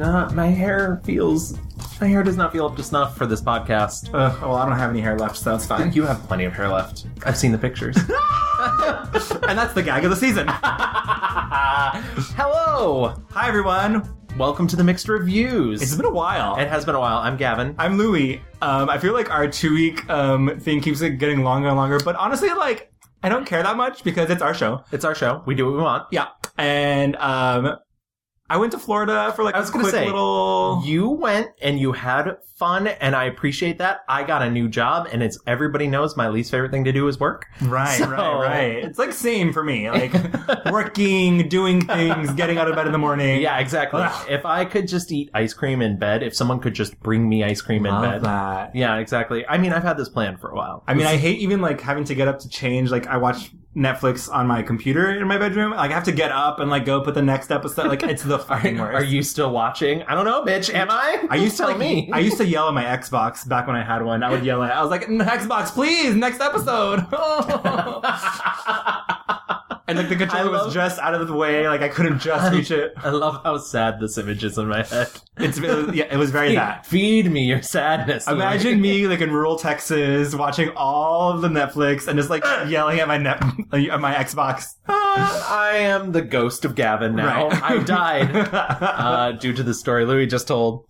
Uh, my hair feels. My hair does not feel up to snuff for this podcast. Uh, well, I don't have any hair left, so that's fine. You have plenty of hair left. I've seen the pictures. and that's the gag of the season. Hello! Hi, everyone. Welcome to the Mixed Reviews. It's been a while. It has been a while. I'm Gavin. I'm Louie. Um, I feel like our two week um, thing keeps like, getting longer and longer, but honestly, like, I don't care that much because it's our show. It's our show. We do what we want. Yeah. And um, I went to Florida for like I was a gonna quick say, little. You went and you had fun, and I appreciate that. I got a new job, and it's everybody knows my least favorite thing to do is work. Right, So- right, right. It's like same for me. Like working, doing things, getting out of bed in the morning. Yeah, exactly. Ugh. if I could just eat ice cream in bed, if someone could just bring me ice cream in Love bed. that. Yeah, exactly. I mean, I've had this plan for a while. I mean, I hate even like having to get up to change. Like, I watch Netflix on my computer in my bedroom. Like, I have to get up and like go put the next episode. Like, it's the fucking worst. Are you still watching? I don't know, bitch. Am I? I used to Tell like, I used to yell at my Xbox back when I had one. I would yell at. I was like, Xbox, please, next episode. and like the controller love- was just out of the way. Like, I couldn't just reach it. I love how sad this image is in my head. It's it was, yeah, it was very that. Feed me your sadness. Louis. Imagine me like in rural Texas watching all of the Netflix and just like yelling at my net at my Xbox. Uh, I am the ghost of Gavin now. Right. I died uh, due to the story Louis just told.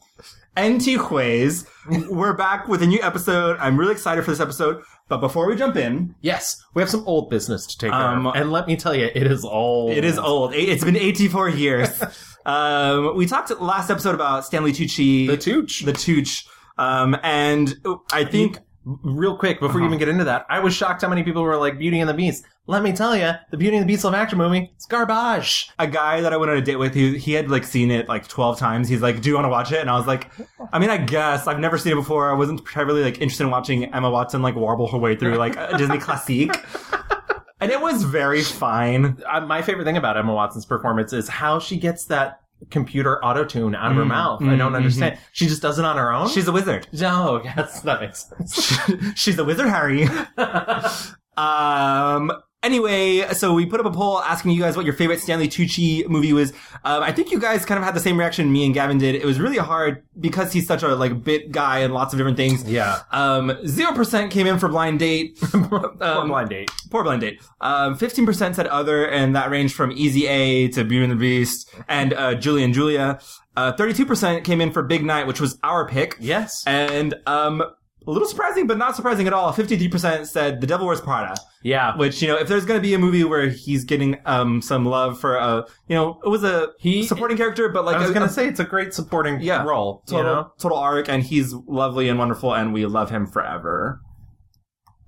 Antiques. We're back with a new episode. I'm really excited for this episode. But before we jump in, Yes, we have some old business to take Um, care of. And let me tell you, it is old. it is old. It- It's been 84 years. um, we talked last episode about Stanley Tucci, The Tooch. the Tucci, um, and I think Real quick, before you Uh-huh. even get into that, I was shocked how many people were like Beauty and the Beast. Let me tell you, the Beauty and the Beast live action movie, it's garbage. a guy that I went on a date with, he, he had like seen it like 12 times. He's like, "Do you want to watch it?" And I was like, "I mean, I guess I've never seen it before. I wasn't particularly like interested in watching Emma Watson like warble her way through like a Disney classic." And it was very fine. Uh, my favorite thing about Emma Watson's performance is how she gets that computer auto tune out of her mouth. I don't mm, understand. mm-hmm. She just does it on her own. She's a wizard. no, yes, that makes sense. She's a wizard, Harry. um. Anyway, so we put up a poll asking you guys what your favorite Stanley Tucci movie was. Um, I think you guys kind of had the same reaction me and Gavin did. It was really hard because he's such a like bit guy and lots of different things. yeah, Um, zero percent came in for blind date. Or um, blind date. poor blind date. Um, fifteen percent said other, and that ranged from Easy A to Beauty and the Beast and uh, Julie and Julia. Uh, Thirty-two percent came in for Big Night, which was our pick. Yes, And um, a little surprising, but not surprising at all. Fifty-three percent said The Devil Wears Prada, yeah. which you know, if there's going to be a movie where he's getting um some love for a, you know, it was a He- supporting character, but like I was a- gonna a say it's a great supporting Yeah. role. total, You know? total arc, and he's lovely and wonderful, and we love him forever.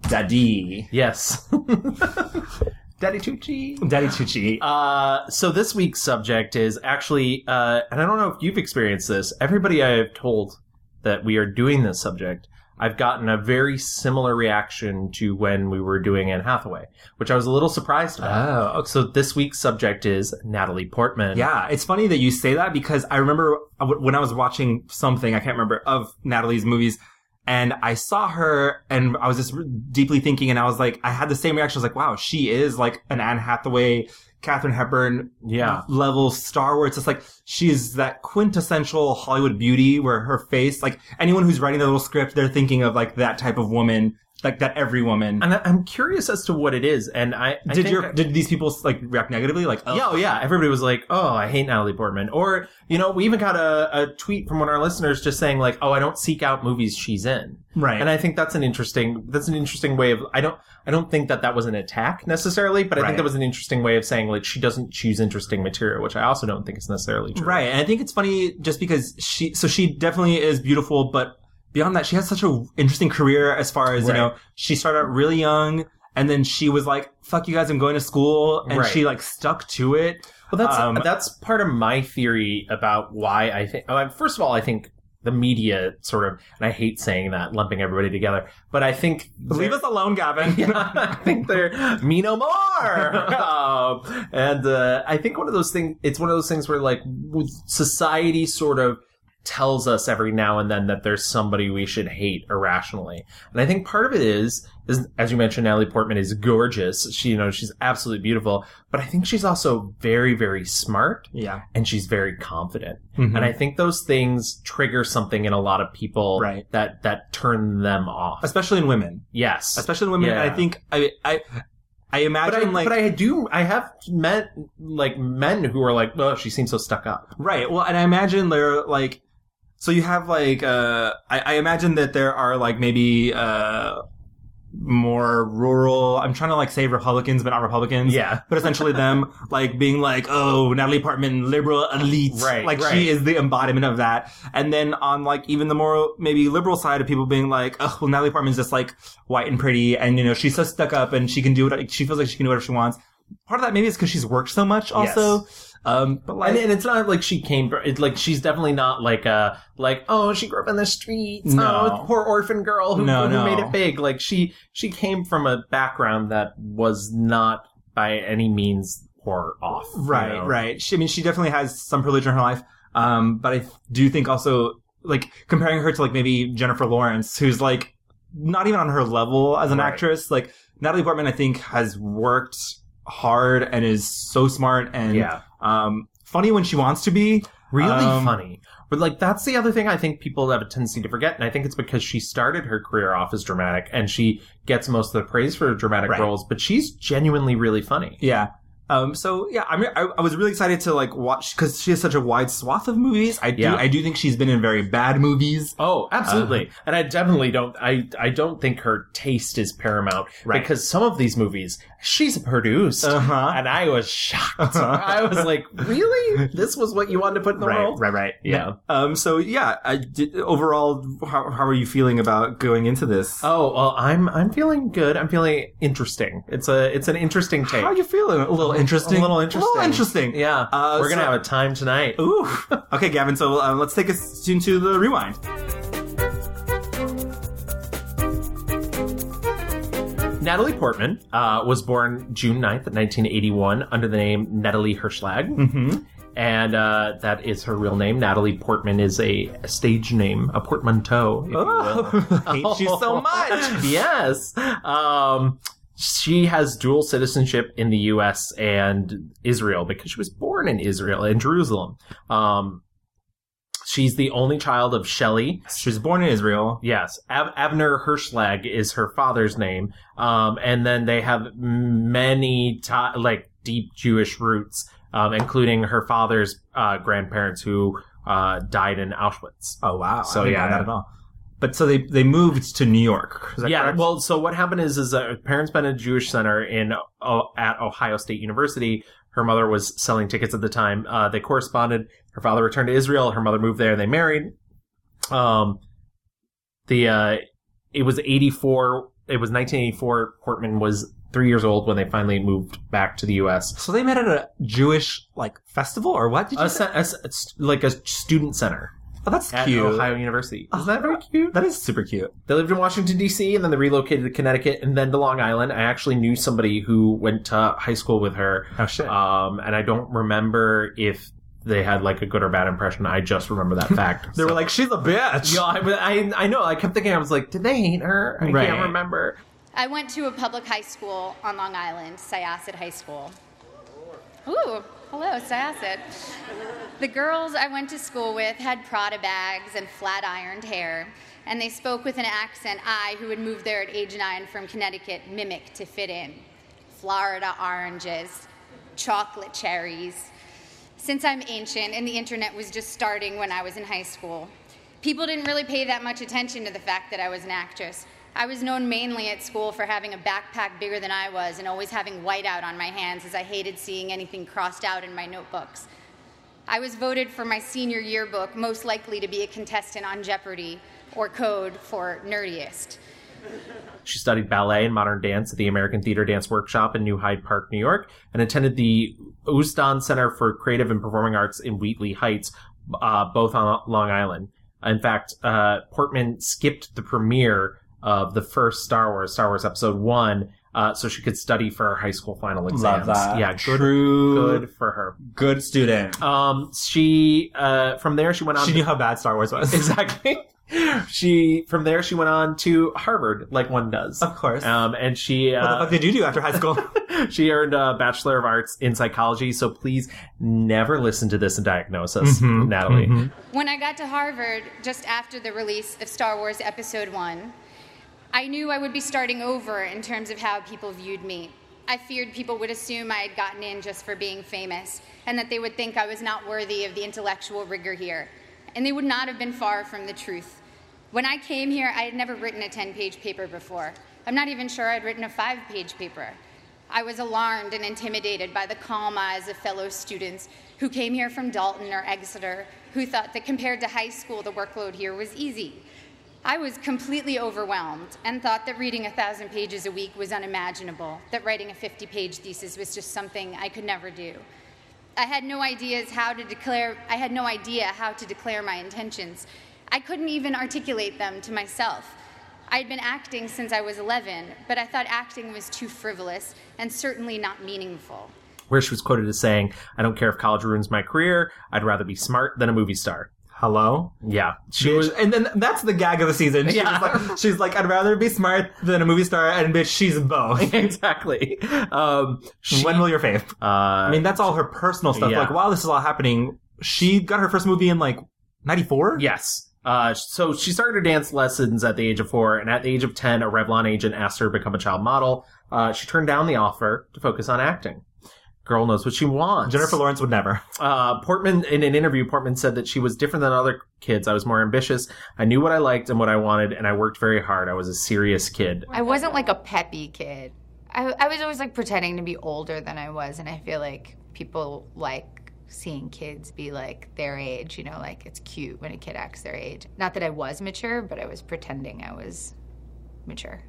Daddy, Yes, Daddy Tucci. Daddy Tucci. Uh, so this week's subject is actually, uh, and I don't know if you've experienced this. Everybody I have told that we are doing this subject, I've gotten a very similar reaction to when we were doing Anne Hathaway, which I was a little surprised about. Uh, oh, okay. So this week's subject is Natalie Portman. Yeah, it's funny that you say that because I remember when I was watching something, I can't remember, of Natalie's movies, and I saw her and I was just deeply thinking, and I was like, I had the same reaction. I was like, wow, she is like an Anne Hathaway, Catherine Hepburn yeah, level star where it's just like she is that quintessential Hollywood beauty where her face, like anyone who's writing their little script, they're thinking of like that type of woman, like that every woman. and I, I'm curious as to what it is. And I, I did think your did these people like react negatively? Like, oh, Yeah, oh yeah. Everybody was like, "Oh, I hate Natalie Portman." Or you know, we even got a, a tweet from one of our listeners just saying like, "Oh, I don't seek out movies she's in," right. and I think that's an interesting that's an interesting way of I don't I don't think that that was an attack necessarily, but I Right. think that was an interesting way of saying like she doesn't choose interesting material, which I also don't think is necessarily true. Right, and I think it's funny just because she, so she definitely is beautiful, but beyond that, she has such an interesting career as far as, Right. you know, she started out really young, and then she was like, fuck you guys, I'm going to school, and Right. she like stuck to it. Well, that's Um, that's part of my theory about why I think. uh, first of all, I think the media sort of, and I hate saying that, lumping everybody together, but I think Leave us alone, Gavin. yeah, I think they're me no more. um, and uh, I think one of those things, it's one of those things where like with society sort of tells us every now and then that there's somebody we should hate irrationally. And I think part of it is, is as you mentioned, Natalie Portman is gorgeous. She, you know, she's absolutely beautiful, but I think she's also very, very smart Yeah. and she's very confident. Mhm. And I think those things trigger something in a lot of people Right. that, that turn them off. especially in women, Yes. especially in women. Yeah. I think I I I but I, imagine like but I do, I have met like men who are like, oh, she seems so stuck up. Right. Well, and I imagine there like so you have like uh I, I imagine that there are like maybe uh more rural I'm trying to like say Republicans but not Republicans. Yeah. But essentially them like being like, oh, Natalie Portman, liberal elite. Right, Like right. she is the embodiment of that. And then on like even the more maybe liberal side of people being like, oh well Natalie Portman's just like white and pretty and you know, she's so stuck up and she can do what she feels like she can do whatever she wants. Part of that maybe is because she's worked so much also. Um but like and, and it's not like she came. fr- It's like she's definitely not like a like oh she grew up in the streets. No. Oh, poor orphan girl who, No, who no. made it big. Like she she came from a background that was not by any means poor off. you Right, know? right. She, I mean, she definitely has some privilege in her life, um, but I do think also like comparing her to like maybe Jennifer Lawrence, who's like not even on her level as an Right. actress. Like Natalie Portman, I think has worked hard and is so smart and Yeah, um, funny when she wants to be. really Um, funny. But like that's the other thing I think people have a tendency to forget, and I think it's because she started her career off as dramatic, and she gets most of the praise for her dramatic Right. roles. But she's genuinely really funny. Yeah. Um, so yeah, I mean, I, I was really excited to like watch because she has such a wide swath of movies. I do, Yeah. I do think she's been in very bad movies. Oh, absolutely. and I definitely don't I I don't think her taste is paramount Right. because some of these movies she's produced huh. and I was shocked. Uh-huh. I was like, "Really? This was what you wanted to put in the Right, world?" right, right. Yeah. Um. So yeah, I did, overall, how, how are you feeling about going into this? Oh, well, I'm I'm feeling good. I'm feeling interesting. It's a it's an interesting take. how are you feeling? A little interesting. A little interesting. A little interesting. yeah. Uh, We're going to so- Oh. have a time tonight. Ooh. Okay, Gavin. So uh, let's take us into the rewind. Natalie Portman uh, was born June 9th, 1981 under the name Natalie Hirschlag. Mm-hmm. and uh, that is her real name. Natalie Portman is a, a stage name, a portmanteau. if you will. Oh, I hate you so much. yes. Um, she has dual citizenship in the U.S. and Israel because she was born in Israel in Jerusalem. Um, she's the only child of Shelley. She was born in Israel. Yes, Ab- Abner Hirschlag is her father's name, um, and then they have many ti like deep Jewish roots, um, including her father's uh, grandparents who uh, died in Auschwitz. Oh wow. So, I didn't yeah, know that yeah. at all. But so they they moved to New York. Is that yeah, correct? well, so what happened is, is that her parents been in a Jewish center in uh, at Ohio State University. Her mother was selling tickets at the time. Uh, they corresponded. Her father returned to Israel. Her mother moved there. They married. Um, the uh, it was eighty four. It was nineteen eighty four. Portman was three years old when they finally moved back to the U.S. So they met at a Jewish like festival or what? Did you A, say? cen- a s- it's like a student center Oh, that's at cute. Ohio University. Isn't that very cute? That is super cute. They lived in Washington D.C. and then they relocated to Connecticut and then to Long Island. I actually knew somebody who went to high school with her, Oh shit. um, and I don't remember if they had like a good or bad impression. I just remember that fact. they were like, she's a bitch. "Yo, I, I, I know." I kept thinking, I was like, "Did they hate her?" I Right. can't remember. I went to a public high school on Long Island, Syosset High School. Ooh, hello, Syosset. The girls I went to school with had Prada bags and flat ironed hair, and they spoke with an accent I, who had moved there at age nine from Connecticut, mimicked to fit in. Florida oranges, chocolate cherries. Since I'm ancient and the internet was just starting when I was in high school, people didn't really pay that much attention to the fact that I was an actress. I was known mainly at school for having a backpack bigger than I was and always having whiteout on my hands as I hated seeing anything crossed out in my notebooks. I was voted for my senior yearbook most likely to be a contestant on Jeopardy or Code for Nerdiest. She studied ballet and modern dance at the American Theater Dance Workshop in New Hyde Park, New York, and attended the Ouston Center for Creative and Performing Arts in Wheatley Heights, uh, both on Long Island. In fact, uh, Portman skipped the premiere of the first Star Wars, Star Wars Episode One, uh, so she could study for her high school final Love exams. that. Yeah, good, True. good for her. good student. Um, she uh, from there she went on She to- knew how bad Star Wars was. exactly. she from there she went on to Harvard, like one does. Of course. Um, and she what the uh, fuck did you do after high school? she earned a Bachelor of Arts in Psychology. So please never listen to this and diagnose us, Mhm, Natalie. mhm. When I got to Harvard, just after the release of Star Wars Episode 1, I knew I would be starting over in terms of how people viewed me. I feared people would assume I had gotten in just for being famous, and that they would think I was not worthy of the intellectual rigor here. And they would not have been far from the truth. When I came here, I had never written a 10 page paper before. I'm not even sure I'd written a five page paper. I was alarmed and intimidated by the calm eyes of fellow students who came here from Dalton or Exeter, who thought that compared to high school, the workload here was easy. I was completely overwhelmed and thought that reading a thousand pages a week was unimaginable, that writing a 50 page thesis was just something I could never do. I had no ideas how to declare I had no idea how to declare my intentions. I couldn't even articulate them to myself. I had been acting since I was 11, but I thought acting was too frivolous and certainly not meaningful. Where she was quoted as saying, "I don't care if college ruins my career. I'd rather be smart than a movie star." Hello? Yeah, she Bitch. was. and then that's the gag of the season. She's, Yeah. like, she's like, I'd rather be smart than a movie star, and bitch, she's both. exactly. Um, she, when will your fave? uh, I mean, that's all her personal stuff. Yeah. Like, while this is all happening, she got her first movie in like 94? Yes. Uh, so she started her dance lessons at the age of four, and at the age of 10, a Revlon agent asked her to become a child model. Uh, she turned down the offer to focus on acting. Girl knows what she wants. Jennifer Lawrence would never. Uh, Portman, in an interview, Portman said that she was different than other kids. I was more ambitious. I knew what I liked and what I wanted, and I worked very hard. I was a serious kid. I wasn't like a peppy kid. I, I was always like pretending to be older than I was, and I feel like people like seeing kids be like their age, you know, like it's cute when a kid acts their age. Not that I was mature, but I was pretending I was mature.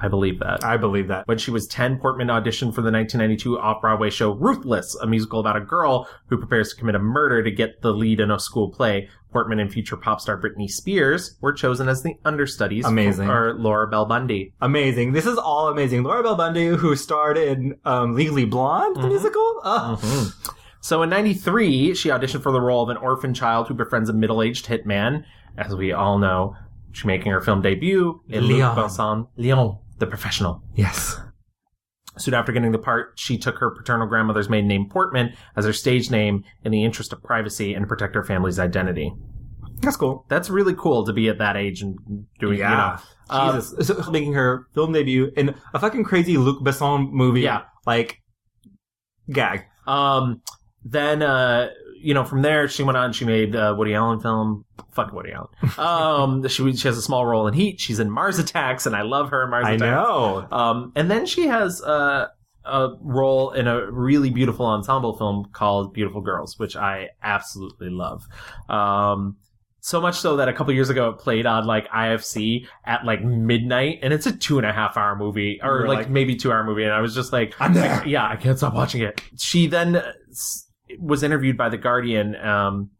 I believe that. I believe that. When she was 10, Portman auditioned for the 1992 off Broadway show Ruthless, a musical about a girl who prepares to commit a murder to get the lead in a school play. Portman and future pop star Britney Spears were chosen as the understudies Amazing. for Laura Bell Bundy. Amazing. This is all amazing. Laura Bell Bundy, who starred in um, Legally Blonde, Mm-hmm. the musical. Uh, So in 93, she auditioned for the role of an orphan child who befriends a middle aged hitman. As we all know, she's making her film debut in Leon. Leon. Vincent Leon, the professional. Yes. Soon after getting the part, she took her paternal grandmother's maiden name Portman as her stage name in the interest of privacy and to protect her family's identity. That's cool. That's really cool to be at that age and doing, Yeah. you know. Um, Jesus. So making her film debut in a fucking crazy Luc Besson movie. Yeah. Like, gag. um, then, uh, you know, from there, she went on, she made a Woody Allen film. Fuck Woody Allen. Um, she, she has a small role in Heat. She's in Mars Attacks, and I love her in Mars I Attacks. know. Um, and then she has a, a role in a really beautiful ensemble film called Beautiful Girls, which I absolutely love. Um, so much so that a couple years ago it played on like IFC at like midnight, and it's a two and a half hour movie, or You're like, like- maybe two hour movie, and I was just like, I'm there. yeah, I can't stop watching it. She then uh, s- was interviewed by The Guardian, um,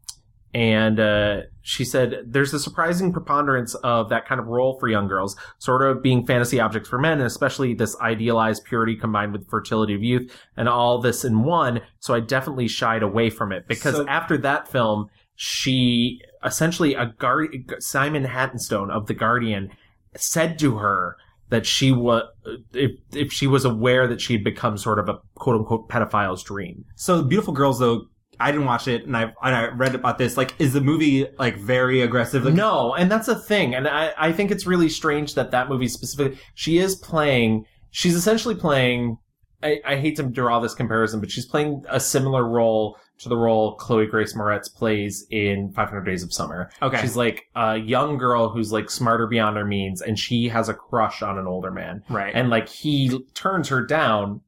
and uh, she said, There's a surprising preponderance of that kind of role for young girls, sort of being fantasy objects for men, and especially this idealized purity combined with fertility of youth, and all this in one. So I definitely shied away from it because So- after that film, she essentially, a guard- Simon Hattenstone of The Guardian said to her, that she was if if she was aware that she had become sort of a quote unquote pedophile's dream. So Beautiful Girls, though, I didn't watch it, and I and I read about this. Like, is the movie like very aggressive? Like, no, and that's a thing, and I I think it's really strange that that movie specifically she is playing she's essentially playing. I, I hate to draw this comparison, but she's playing a similar role to the role Chloe Grace Moretz plays in 500 Days of Summer. Okay. She's like a young girl who's like smarter beyond her means, and she has a crush on an older man. right, And like he turns her down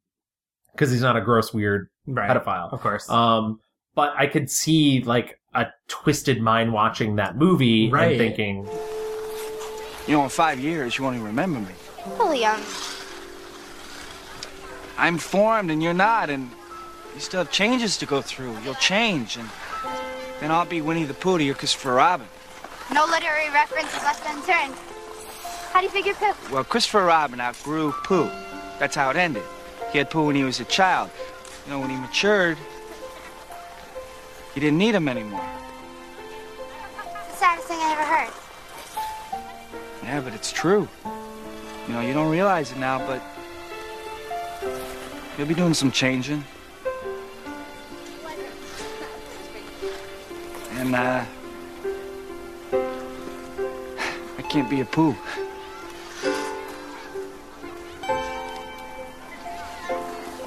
because he's not a gross, weird right, Uh, pedophile. of course. Um, but I could see like a twisted mind watching that movie Right. and thinking, You know, in five years, you won't even remember me. Well, Leon, I'm formed and you're not, and you still have changes to go through. You'll change, and then I'll be Winnie the Pooh to your Christopher Robin. no literary reference is left unturned. How do you figure poop? Well, Christopher Robin outgrew Pooh. That's how it ended. He had poo when he was a child. You know, when he matured, he didn't need him anymore. The saddest thing I ever heard. Yeah, but it's true. You know, you don't realize it now, but you'll be doing some changing. And, uh, I can't be a poo.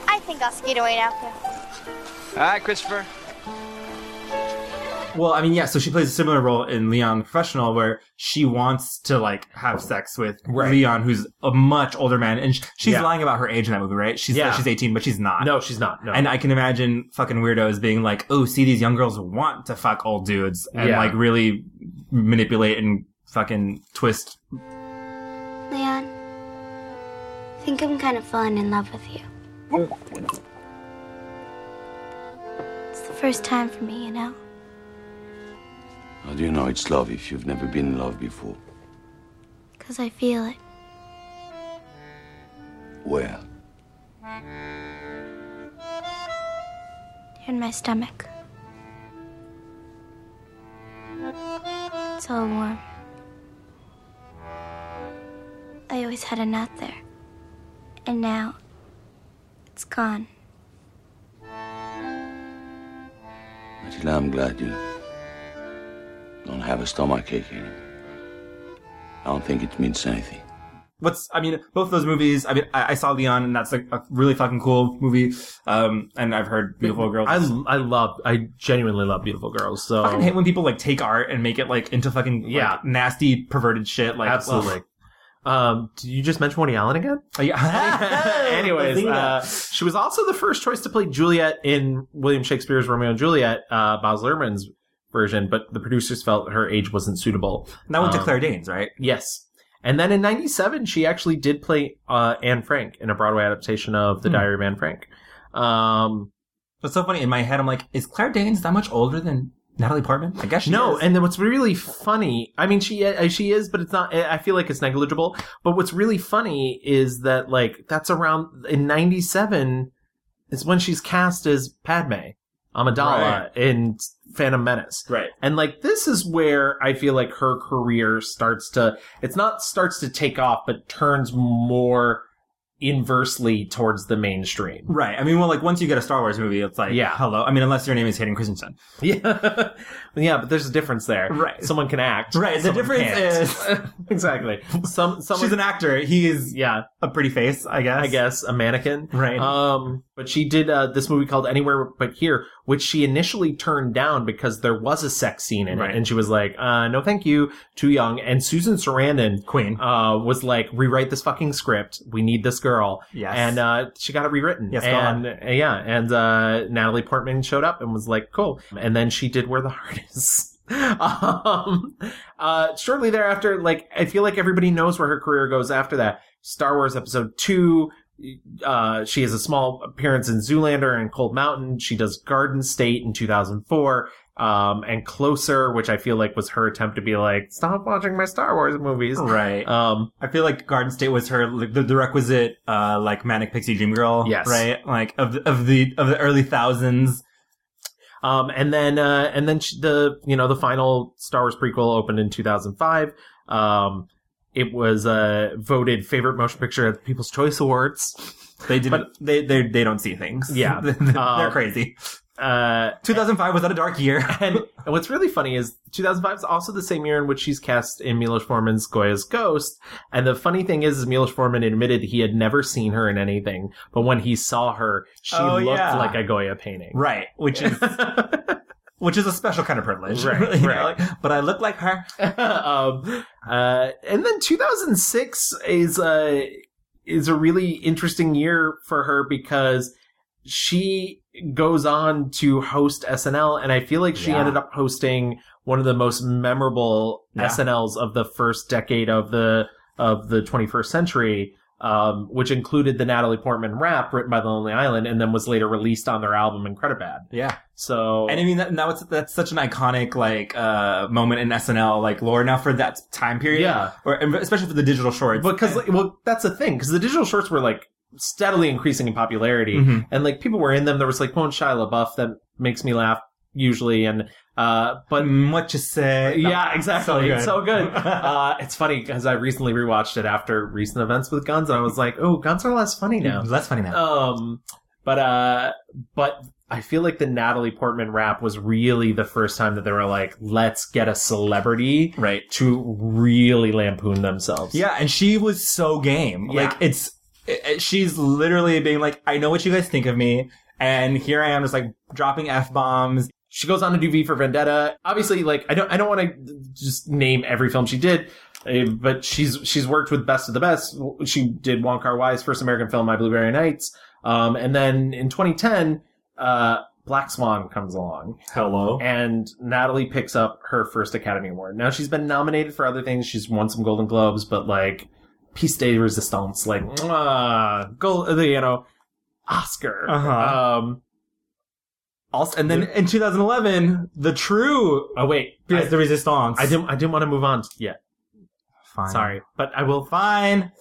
I think I'll skate away now. too. All right, Christopher. Well, I mean, yeah. So she plays a similar role in Leon the Professional, where she wants to like have sex with Right. Leon, who's a much older man, and sh- she's Yeah. lying about her age in that movie, right? She's Yeah. she's eighteen, but she's not. No, she's not. No. And I can imagine fucking weirdos being like, "Oh, see, these young girls want to fuck old dudes and Yeah. like really manipulate and fucking twist." Leon, I think I'm kind of falling in love with you. It's the first time for me, you know? How do you know it's love if you've never been in love before? Because I feel it. Where? in my stomach. It's all warm. I always had a knot there. And now it's gone. Until I'm glad you don't have a stomachache anymore. I don't think it means anything. What's I mean, both of those movies. I mean, I, I saw Leon, and that's like a really fucking cool movie. Um, and I've heard beautiful girls. I, I love, I genuinely love beautiful girls. So fucking hate when people like take art and make it like into fucking like, Yeah. nasty perverted shit. Like absolutely. Um, did you just mention Woody Allen again? ugh. yeah. Anyways, uh, she was also the first choice to play Juliet in William Shakespeare's Romeo and Juliet, uh, Baz Luhrmann's version, but the producers felt her age wasn't suitable. that went to um, Claire Danes, right? Yes. And then in 97, she actually did play uh, Anne Frank in a Broadway adaptation of The Hmm. Diary of Anne Frank. Um, It's so funny. In my head, I'm like, is Claire Danes that much older than Natalie Portman? I guess she no, is. and then what's really funny, I mean, she uh, she is, but it's not, I feel like it's negligible. But what's really funny is that, like, that's around, in 97 is when she's cast as Padme Amidala in Phantom Menace. right. And like this is where I feel like her career starts to it's not starts to take off but turns more inversely towards the mainstream. Right. I mean, well, like once you get a Star Wars movie, it's like, Yeah. hello. I mean, unless your name is Hayden Christensen. Yeah. yeah, but there's a difference there. Right. Someone can act. Right, the someone difference can't. exactly. Some someone She's an actor. He is yeah, a pretty face, I guess. I guess a mannequin. Right. Um, but she did uh, this movie called Anywhere But Here, which she initially turned down because there was a sex scene in Right. it, and she was like, uh, "No, thank you, too young." And Susan Sarandon, Queen. uh, was like, rewrite this fucking script. We need this girl. Yes. And uh, she got it rewritten. Yes, go and uh, yeah, and uh, Natalie Portman showed up and was like, cool. And then she did Where the Heart Is. um, uh, shortly thereafter, like I feel like everybody knows where her career goes after that. Star Wars Episode Two. Uh, she has a small appearance in Zoolander and Cold Mountain. She does Garden State in 2004 um, and Closer, which I feel like was her attempt to be like, stop watching my Star Wars movies. Right. Um, Uh, I feel like Garden State was her like, the, the requisite uh like manic pixie dream girl, Yes. right? Like of the, of the of the early thousands. um, and then, uh, and then she, the, you know, the final Star Wars prequel opened in 2005. Um, it was, uh, voted favorite motion picture at the People's Choice Awards. They didn't. they they they don't see things. Yeah. They- they're Um, crazy. Uh, 2005 was that a dark year? and, and what's really funny is 2005 is also the same year in which she's cast in Milos Forman's Goya's Ghost. And the funny thing is, is Milos Forman admitted he had never seen her in anything, but when he saw her, she Oh, looked yeah. like a Goya painting. right, which is which is a special kind of privilege. Right, You know, right. like, but I look like her. um, uh, and then 2006 is a is a really interesting year for her because she goes on to host SNL, and I feel like she Yeah. ended up hosting one of the most memorable Yeah. SNLs of the first decade of the of the 21st century. Um, which included the Natalie Portman rap written by The Lonely Island, and then was later released on their album Incredibad. Yeah, So, and I mean that, that was, that's such an iconic like uh moment in SNL like lore now for that time period. Yeah. or and especially for the digital shorts because like, well that's the thing because the digital shorts were like steadily increasing in popularity, Mhm. and like people were in them. There was like one Shia LaBeouf that makes me laugh usually, and uh, but Mm, what you say? yeah, exactly. So good. It's so good. uh, it's funny because I recently rewatched it after recent events with guns, and I was like, oh, guns are less funny now. Less funny now. Um, but uh, but I feel like the Natalie Portman rap was really the first time that they were like, let's get a celebrity right. to really lampoon themselves. Yeah, and she was so game. Yeah. Like it's it- it- she's literally being like, I know what you guys think of me, and here I am just like dropping f bombs. she goes on to do V for Vendetta. Obviously, like I don't I don't want to just name every film she did, eh, but she's she's worked with best of the best. She did Wong Kar Wai's first American film, My Blueberry Nights, um, and then in 2010, uh, Black Swan comes along, Hello. and Natalie picks up her first Academy Award. Now she's been nominated for other things. She's won some Golden Globes, but like Piece de Resistance, like mwah, gold, you know, Oscar. Uh-huh. Um, Also, and then in 2011, the true oh wait, I- Pièce de Resistance. I didn't. I didn't want to move on yet. Fine. Sorry, but I will. Fine.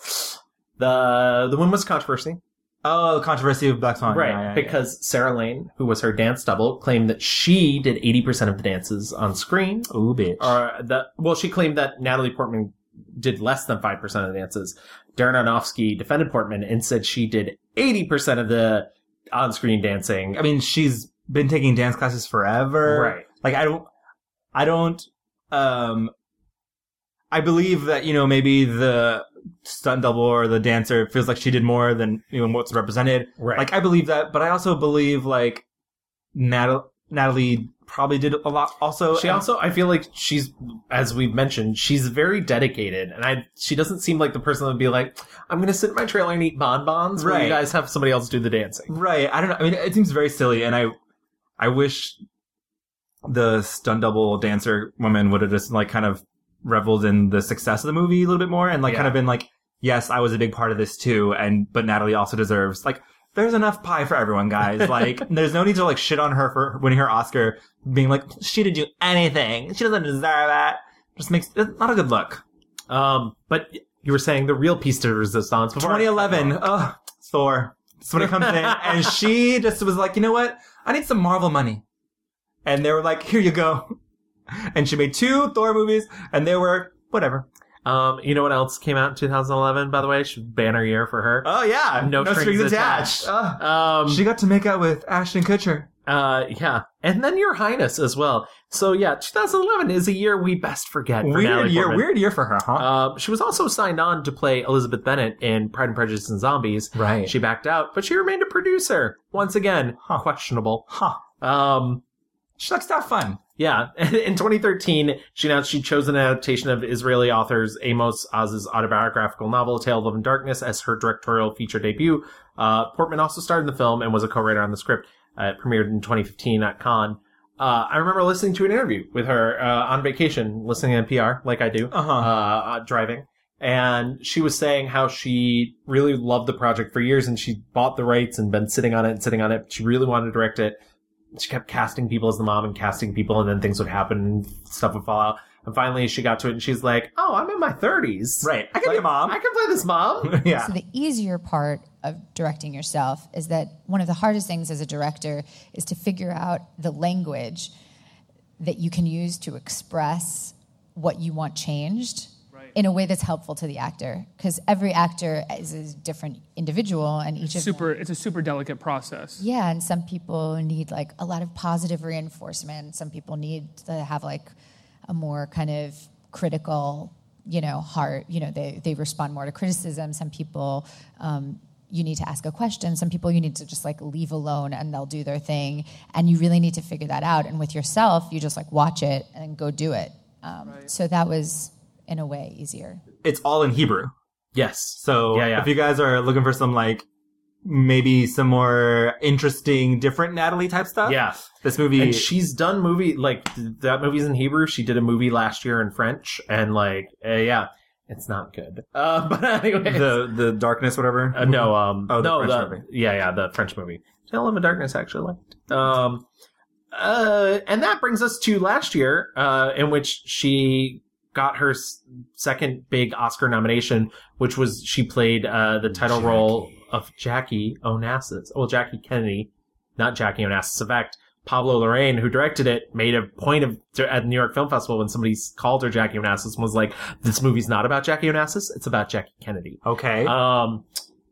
the The win was controversy, Oh, controversy of Black Swan. right? Yeah, yeah, yeah. because Sarah Lane, who was her dance double, claimed that she did eighty percent of the dances on screen. Ooh, bitch. Or the well, she claimed that Natalie Portman did less than five percent of the dances. Darren Aronofsky defended Portman and said she did eighty percent of the on-screen dancing. I mean, she's been taking dance classes forever. Right. Like I don't I don't um I believe that, you know, maybe the stunt double or the dancer feels like she did more than you know, what's represented. Right. Like I believe that, but I also believe like Natal- Natalie probably did a lot also. She And- also, I feel like she's, as we've mentioned, she's very dedicated, and I she doesn't seem like the person that would be like, "I'm going to sit in my trailer and eat bonbons," while you Right. guys have somebody else do the dancing. Right. I don't know. I mean, it seems very silly, and I, I wish the stunt double dancer woman would have just like kind of reveled in the success of the movie a little bit more, and like Yeah. kind of been like, yes, I was a big part of this too, and but Natalie also deserves like. There's enough pie for everyone, guys. Like, there's no need to like shit on her for winning her Oscar, being like, she didn't do anything. She doesn't deserve that. Just makes it's not a good look. Um, but you were saying the real piece de resistance before 2011. Ugh, Thor. That's when it comes in. And she just was like, you know what? I need some Marvel money. And they were like, here you go. And she made two Thor movies, and they were whatever. Um, you know what else came out in 2011? By the way, Should- banner year for her. Oh yeah, No strings Ugh. Um, she got to make out with Ashton Kutcher. uh, yeah, and then Your Highness as well. So yeah, 2011 is a year we best forget. for Weird Natalie year, Portman. weird year for her, huh? Uh, she was also signed on to play Elizabeth Bennet in Pride and Prejudice and Zombies. right. She backed out, but she remained a producer. Once again, Huh. questionable. huh. Um, She likes to have fun. yeah. In 2013, she announced she'd chosen an adaptation of Israeli authors Amos Oz's autobiographical novel, Tale of Love and Darkness, as her directorial feature debut. Uh, Portman also starred in the film and was a co-writer on the script. Uh, it premiered in 2015 at Cannes. Uh, I remember listening to an interview with her uh, on vacation, listening to NPR, like I do Uh-huh. uh, uh, driving. And she was saying how she really loved the project for years and she bought the rights and been sitting on it and sitting on it. She really wanted to direct it. She kept casting people as the mom and casting people and then things would happen and stuff would fall out. And finally she got to it and she's like, Oh, I'm in my thirties. Right. I can be a mom. I can play this mom. yeah. So the easier part of directing yourself is that one of the hardest things as a director is to figure out the language that you can use to express what you want changed in a way that's helpful to the actor because every actor is a different individual and each of them- Super, it's a super delicate process. yeah, and some people need like a lot of positive reinforcement. Some people need to have like a more kind of critical, you know, heart. You know, they they respond more to criticism. Some people. Um, you need to ask a question. Some people you need to just like leave alone and they'll do their thing. And you really need to figure that out. And with yourself, you just like watch it and go do it. Um, So that was, in a way, easier. It's all in Hebrew. yes. So Yeah, yeah. if you guys are looking for some like maybe some more interesting, different Natalie type stuff, Yeah. this movie. And she's done movie like th- that movie's in Hebrew. She did a movie last year in French and like uh, yeah, it's not good. Uh, but anyway, the the darkness, whatever. Uh, no, um, Oh, the no, French the, movie. yeah, yeah, the French movie. Tale of the Darkness I actually liked. Um, uh, and that brings us to last year, uh, in which she got her s- second big Oscar nomination, which was she played uh, the title role of Jackie Onassis. Well, Jackie Kennedy, not Jackie Onassis. In fact, Pablo Lorraine, who directed it, made a point of to- at the New York Film Festival when somebody s- called her Jackie Onassis and was like, "This movie's not about Jackie Onassis; it's about Jackie Kennedy." Okay. Um,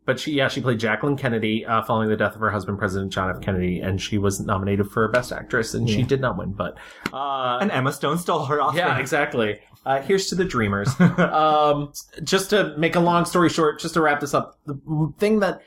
but she, yeah, she played Jacqueline Kennedy uh, following the death of her husband, President John F. Kennedy, and she was nominated for Best Actress, and she did not win. But uh, and Emma Stone stole her Oscar. yeah, exactly. Uh, here's to the dreamers. um, just to make a long story short, just to wrap this up, the thing that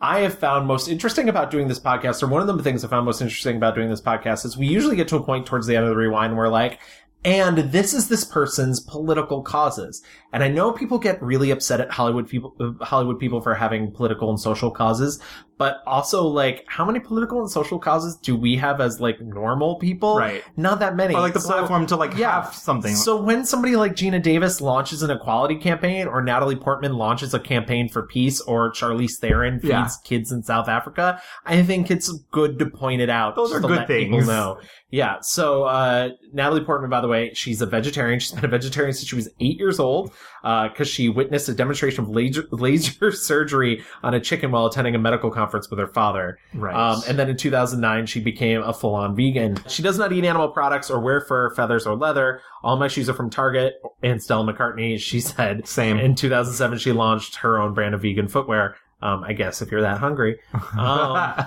I have found most interesting about doing this podcast, or one of the things I found most interesting about doing this podcast, is we usually get to a point towards the end of the rewind where like, and this is this person's political causes. And I know people get really upset at Hollywood people, uh, Hollywood people for having political and social causes, but also like, how many political and social causes do we have as like normal people? Right. Not that many. Or like the So- platform to like yeah. have something. so when somebody like Gina Davis launches an equality campaign, or Natalie Portman launches a campaign for peace, or Charlize Theron feeds Yeah. kids in South Africa, I think it's good to point it out. Those just are to good let people things. Know. Yeah. So uh, Natalie Portman, by the way, she's a vegetarian. She's been a vegetarian since she was eight years old because she witnessed a demonstration of laser, laser surgery on a chicken while attending a medical conference with her father. Right. Um, and then in 2009, she became a full on vegan. She does not eat animal products or wear fur, feathers, or leather. All my shoes are from Target and Stella McCartney, she said. Same. In 2007, she launched her own brand of vegan footwear. Um, I guess if you're that hungry. Um,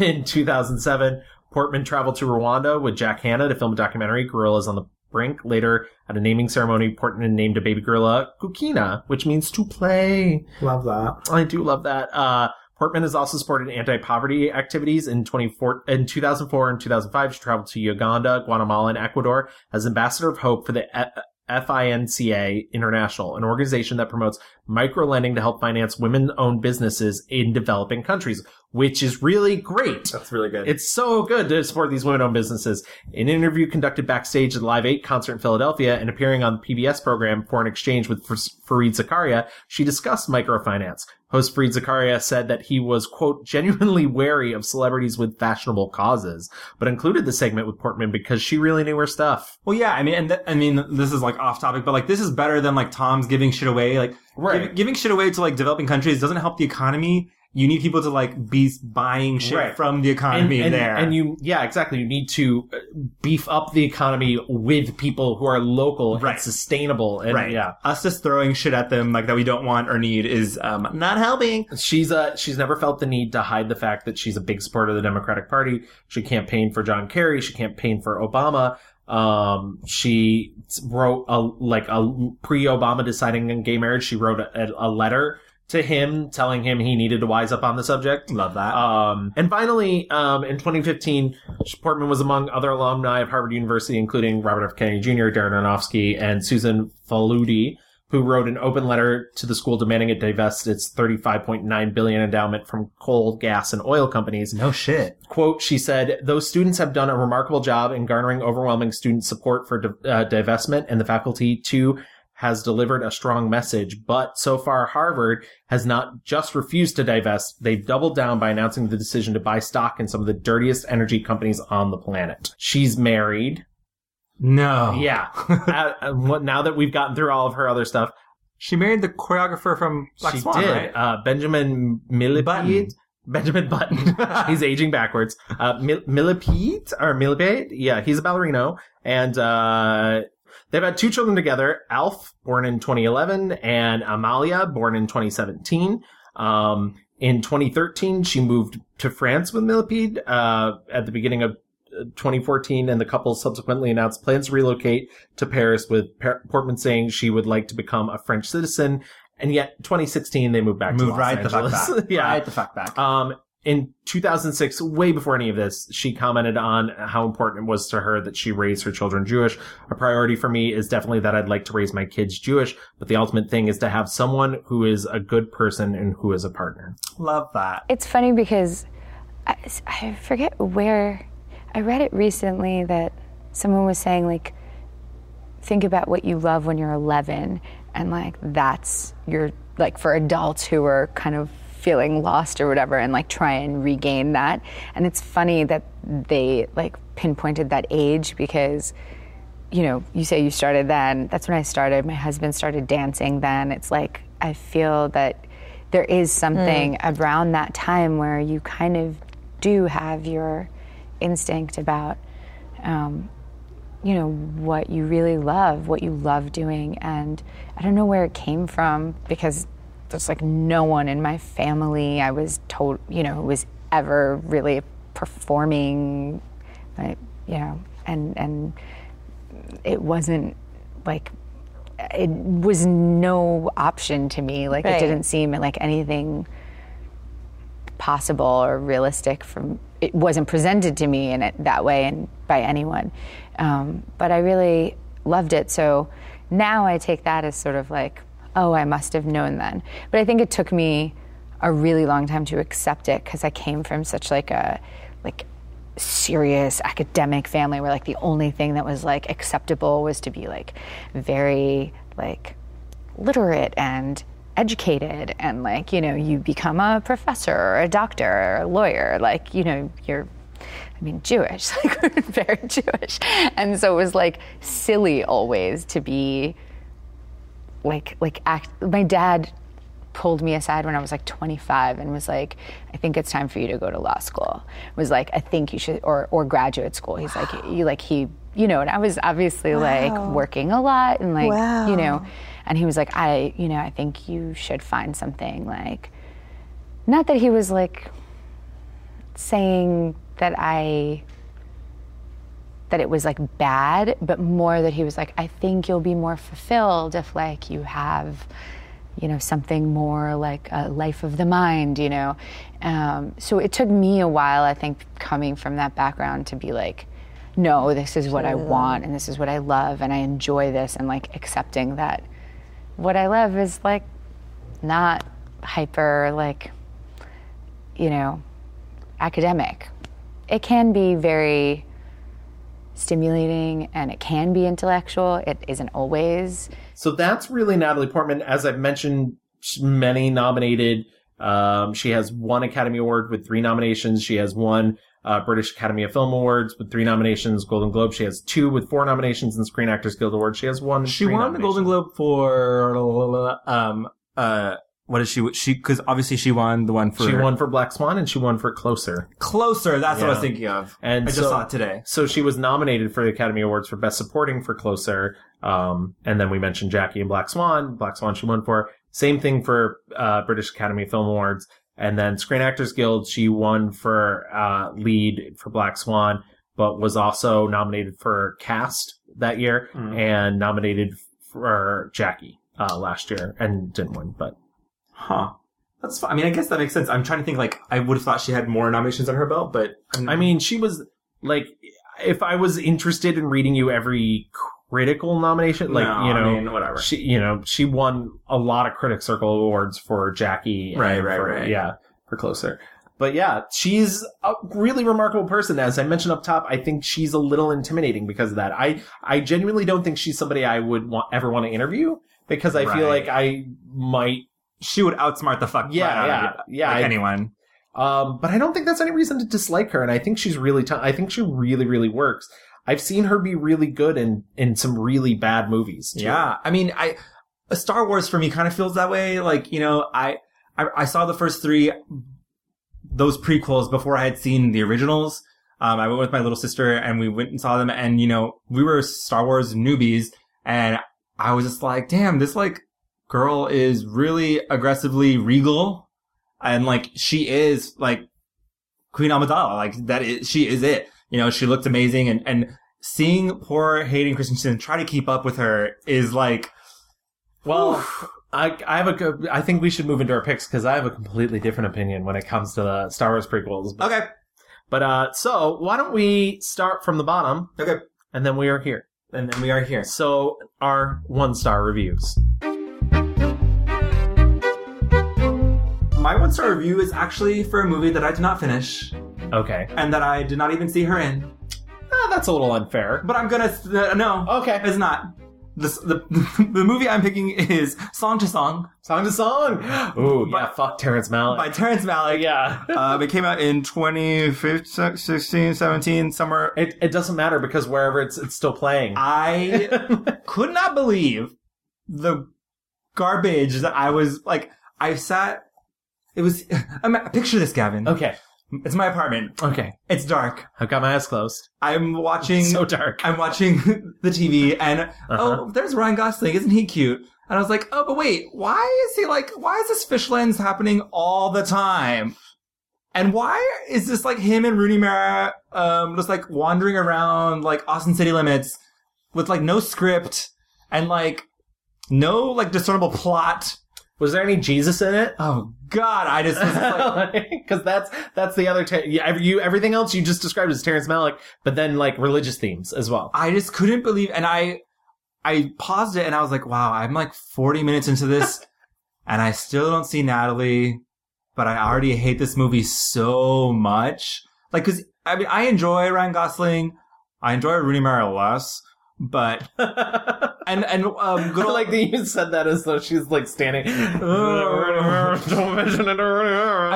in 2007, Portman traveled to Rwanda with Jack Hanna to film a documentary, Gorillas on the Brink. Later, at a naming ceremony, Portman named a baby gorilla Kukina, which means to play. Love that. I do love that. Uh, Portman has also supported anti-poverty activities in 24, in 2004 and 2005. She traveled to Uganda, Guatemala, and Ecuador as ambassador of hope for the F- FINCA International, an organization that promotes microlending to help finance women-owned businesses in developing countries, which is really great. That's really good. It's so good to support these women owned businesses. In an interview conducted backstage at the Live 8 concert in Philadelphia and appearing on the PBS program Foreign Exchange with Fas- Fareed Zakaria, she discussed microfinance. Host Fareed Zakaria said that he was, quote, genuinely wary of celebrities with fashionable causes, but included the segment with Portman because she really knew her stuff. Well, yeah, I mean, and th- I mean, this is like off topic, but like this is better than like Tom's giving shit away. Like, Right. giv- giving shit away to like developing countries doesn't help the economy. You need people to like be s- buying shit Right. from the economy and, there. and you, yeah, exactly. You need to uh, beef up the economy with people who are local and Right. sustainable. And, right? Yeah. us just throwing shit at them like that we don't want or need is um not helping. She's uh she's never felt the need to hide the fact that she's a big supporter of the Democratic Party. She campaigned for John Kerry. She campaigned for Obama. Um, she wrote a like a pre-Obama deciding on gay marriage. She wrote a, a letter to him telling him he needed to wise up on the subject. Love that. Um, and finally, um, in 2015, Portman was among other alumni of Harvard University, including Robert F. Kennedy Jr., Darren Aronofsky, and Susan Faludi, who wrote an open letter to the school demanding it divest its 35.9 billion endowment from coal, gas, and oil companies no shit. quote she said those students have done a remarkable job in garnering overwhelming student support for di- uh, divestment and the faculty too has delivered a strong message but so far harvard has not just refused to divest they've doubled down by announcing the decision to buy stock in some of the dirtiest energy companies on the planet she's married No. yeah Uh, uh, what- now that we've gotten through all of her other stuff She married the choreographer from Black she Swan, did. right? Uh, Benjamin Millipede. Button. Benjamin Button. he's aging backwards. Uh, Mil- Millipede or Millipede? Yeah, he's a ballerino, and uh, they've had two children together: Alf, born in 2011, and Amalia, born in 2017. Um, in 2013, she moved to France with Millipede uh, at the beginning of 2014, and the couple subsequently announced plans to relocate to Paris, with per- Portman saying she would like to become a French citizen. And yet, 2016, they moved back to Moved Los right the Angeles. fuck back. yeah. Right the fuck back. Um, in 2006, way before any of this, she commented on how important it was to her that she raise her children Jewish. A priority for me is definitely that I'd like to raise my kids Jewish, but the ultimate thing is to have someone who is a good person and who is a partner. Love that. It's funny because I, I forget where I read it recently that someone was saying like think about what you love when you're 11 and like that's your like for adults who are kind of feeling lost or whatever and like try and regain that and it's funny that they like pinpointed that age because you know, you say you started then. That's when I started. My husband started dancing then. It's like I feel that there is something around that time where you kind of do have your instinct about, um, you know, what you really love, what you love doing. And I don't know where it came from because there's like no one in my family I was told, you know, who was ever really performing, like, you know, and, and, it wasn't like it was no option to me like Right. it didn't seem like anything possible or realistic from it wasn't presented to me in it that way and by anyone um, but i really loved it so now i take that as sort of like oh i must have known then but i think it took me a really long time to accept it because i came from such like a like serious academic family where like the only thing that was like acceptable was to be like very like literate and educated and like you know you become a professor or a doctor or a lawyer like you know you're I mean Jewish like we're very Jewish and so it was like silly always to be like like act my dad pulled me aside when I was like 25 and was like, I think it's time for you to go to law school. Was like, I think you should, or, or graduate school. He's like, you like he, you know, and I was obviously Wow. like working a lot and like, you Wow. know, and he was like, I, you know, I think you should find something like, not that he was like saying that I, that it was like bad, but more that he was like, I think you'll be more fulfilled if like you have, you know, something more like a life of the mind, you know. Um, so it took me a while, I think, coming from that background to be like, no, this is what I want and this is what I love and I enjoy this and like accepting that what I love is like not hyper, like, you know, academic. It can be very stimulating and it can be intellectual. It isn't always. So that's really Natalie Portman. As I've mentioned, she's many nominated. Um, she has one Academy Award with three nominations. She has one uh, British Academy of Film Awards with three nominations. Golden Globe. She has two with four nominations, and Screen Actors Guild Award. She has one. She won the Golden Globe for um uh what is she she because obviously she won the one for She won for Black Swan, and she won for Closer. Closer. That's what I was Yeah. thinking of. And I just so- saw it today. So she was nominated for the Academy Awards for Best Supporting for Closer. Um, and then we mentioned Jackie and Black Swan. Black Swan she won for. Same thing for uh, British Academy Film Awards. And then Screen Actors Guild she won for uh, lead for Black Swan, but was also nominated for Cast that year Mm. and nominated for Jackie uh, last year and didn't win. But Huh. That's fine. I mean, I guess that makes sense. I'm trying to think like I would have thought she had more nominations on her belt, but I mean, she was like, if I was interested in reading you every critical nomination, like No, you know, I mean, whatever. She, you know, she won a lot of critic circle awards for Jackie. and Right, right, for- right. Yeah, for closer. But yeah, she's a really remarkable person. As I mentioned up top, I think she's a little intimidating because of that. I, I genuinely don't think she's somebody I would want, ever want to interview because I feel Right. like I might. She would outsmart the fuck. Yeah, right out of yeah, you, yeah, Like I- anyone. Um, but I don't think that's any reason to dislike her, and I think she's really. ta- I think she really, really works. I've seen her be really good in in some really bad movies. too. Yeah, I mean, I uh, Star Wars for me kind of feels that way. Like you know, I, I I saw the first three, those prequels before I had seen the originals. Um, I went with my little sister and we went and saw them, and you know, we were Star Wars newbies, and I was just like, damn, this like girl is really aggressively regal, and like she is like Queen Amidala. Like that is she is it. You know, she looked amazing and and seeing poor Hayden Christensen try to keep up with her is like Well, I I have a good- I think we should move into our picks because I have a completely different opinion when it comes to the Star Wars prequels. But, okay. But uh, so why don't we start from the bottom? Okay. And then we are here. And then we are here. So our one star reviews. My one star review is actually for a movie that I did not finish Okay. and that I did not even see her in. Ah, that's a little unfair. But I'm gonna uh, no. Okay. It's not. the, the, the movie I'm picking is Song to Song. Song to Song. Ooh, yeah, fuck Terrence Malick. By Terrence Malick. Yeah. um, it came out in 2015, 16, 17, somewhere. It, it doesn't matter because wherever it's it's still playing. I could not believe the garbage that I was like. I sat. It was. I'm, picture this, Gavin. okay. It's my apartment. Okay. It's dark. I've got my eyes closed. I'm watching. So dark. I'm watching the TV, and oh, there's Ryan Gosling. Isn't he cute? And I was like, oh, but wait, why is he like? Why is this fish lens happening all the time? And why is this like him and Rooney Mara um, just like wandering around like Austin city limits with like no script and like no like discernible plot? Was there any Jesus in it? Oh God, I just was like, Because that's that's the other ter- yeah, every- you everything else you just described as Terrence Malick, but then like religious themes as well. I just couldn't believe, and I, I paused it, and I was like, "Wow, I'm like 40 minutes into this, and I still don't see Natalie, but I already hate this movie so much." Like, because I mean, I enjoy Ryan Gosling, I enjoy Rooney Mara less, but and and um, good I old, like that you said that as though she's like standing. I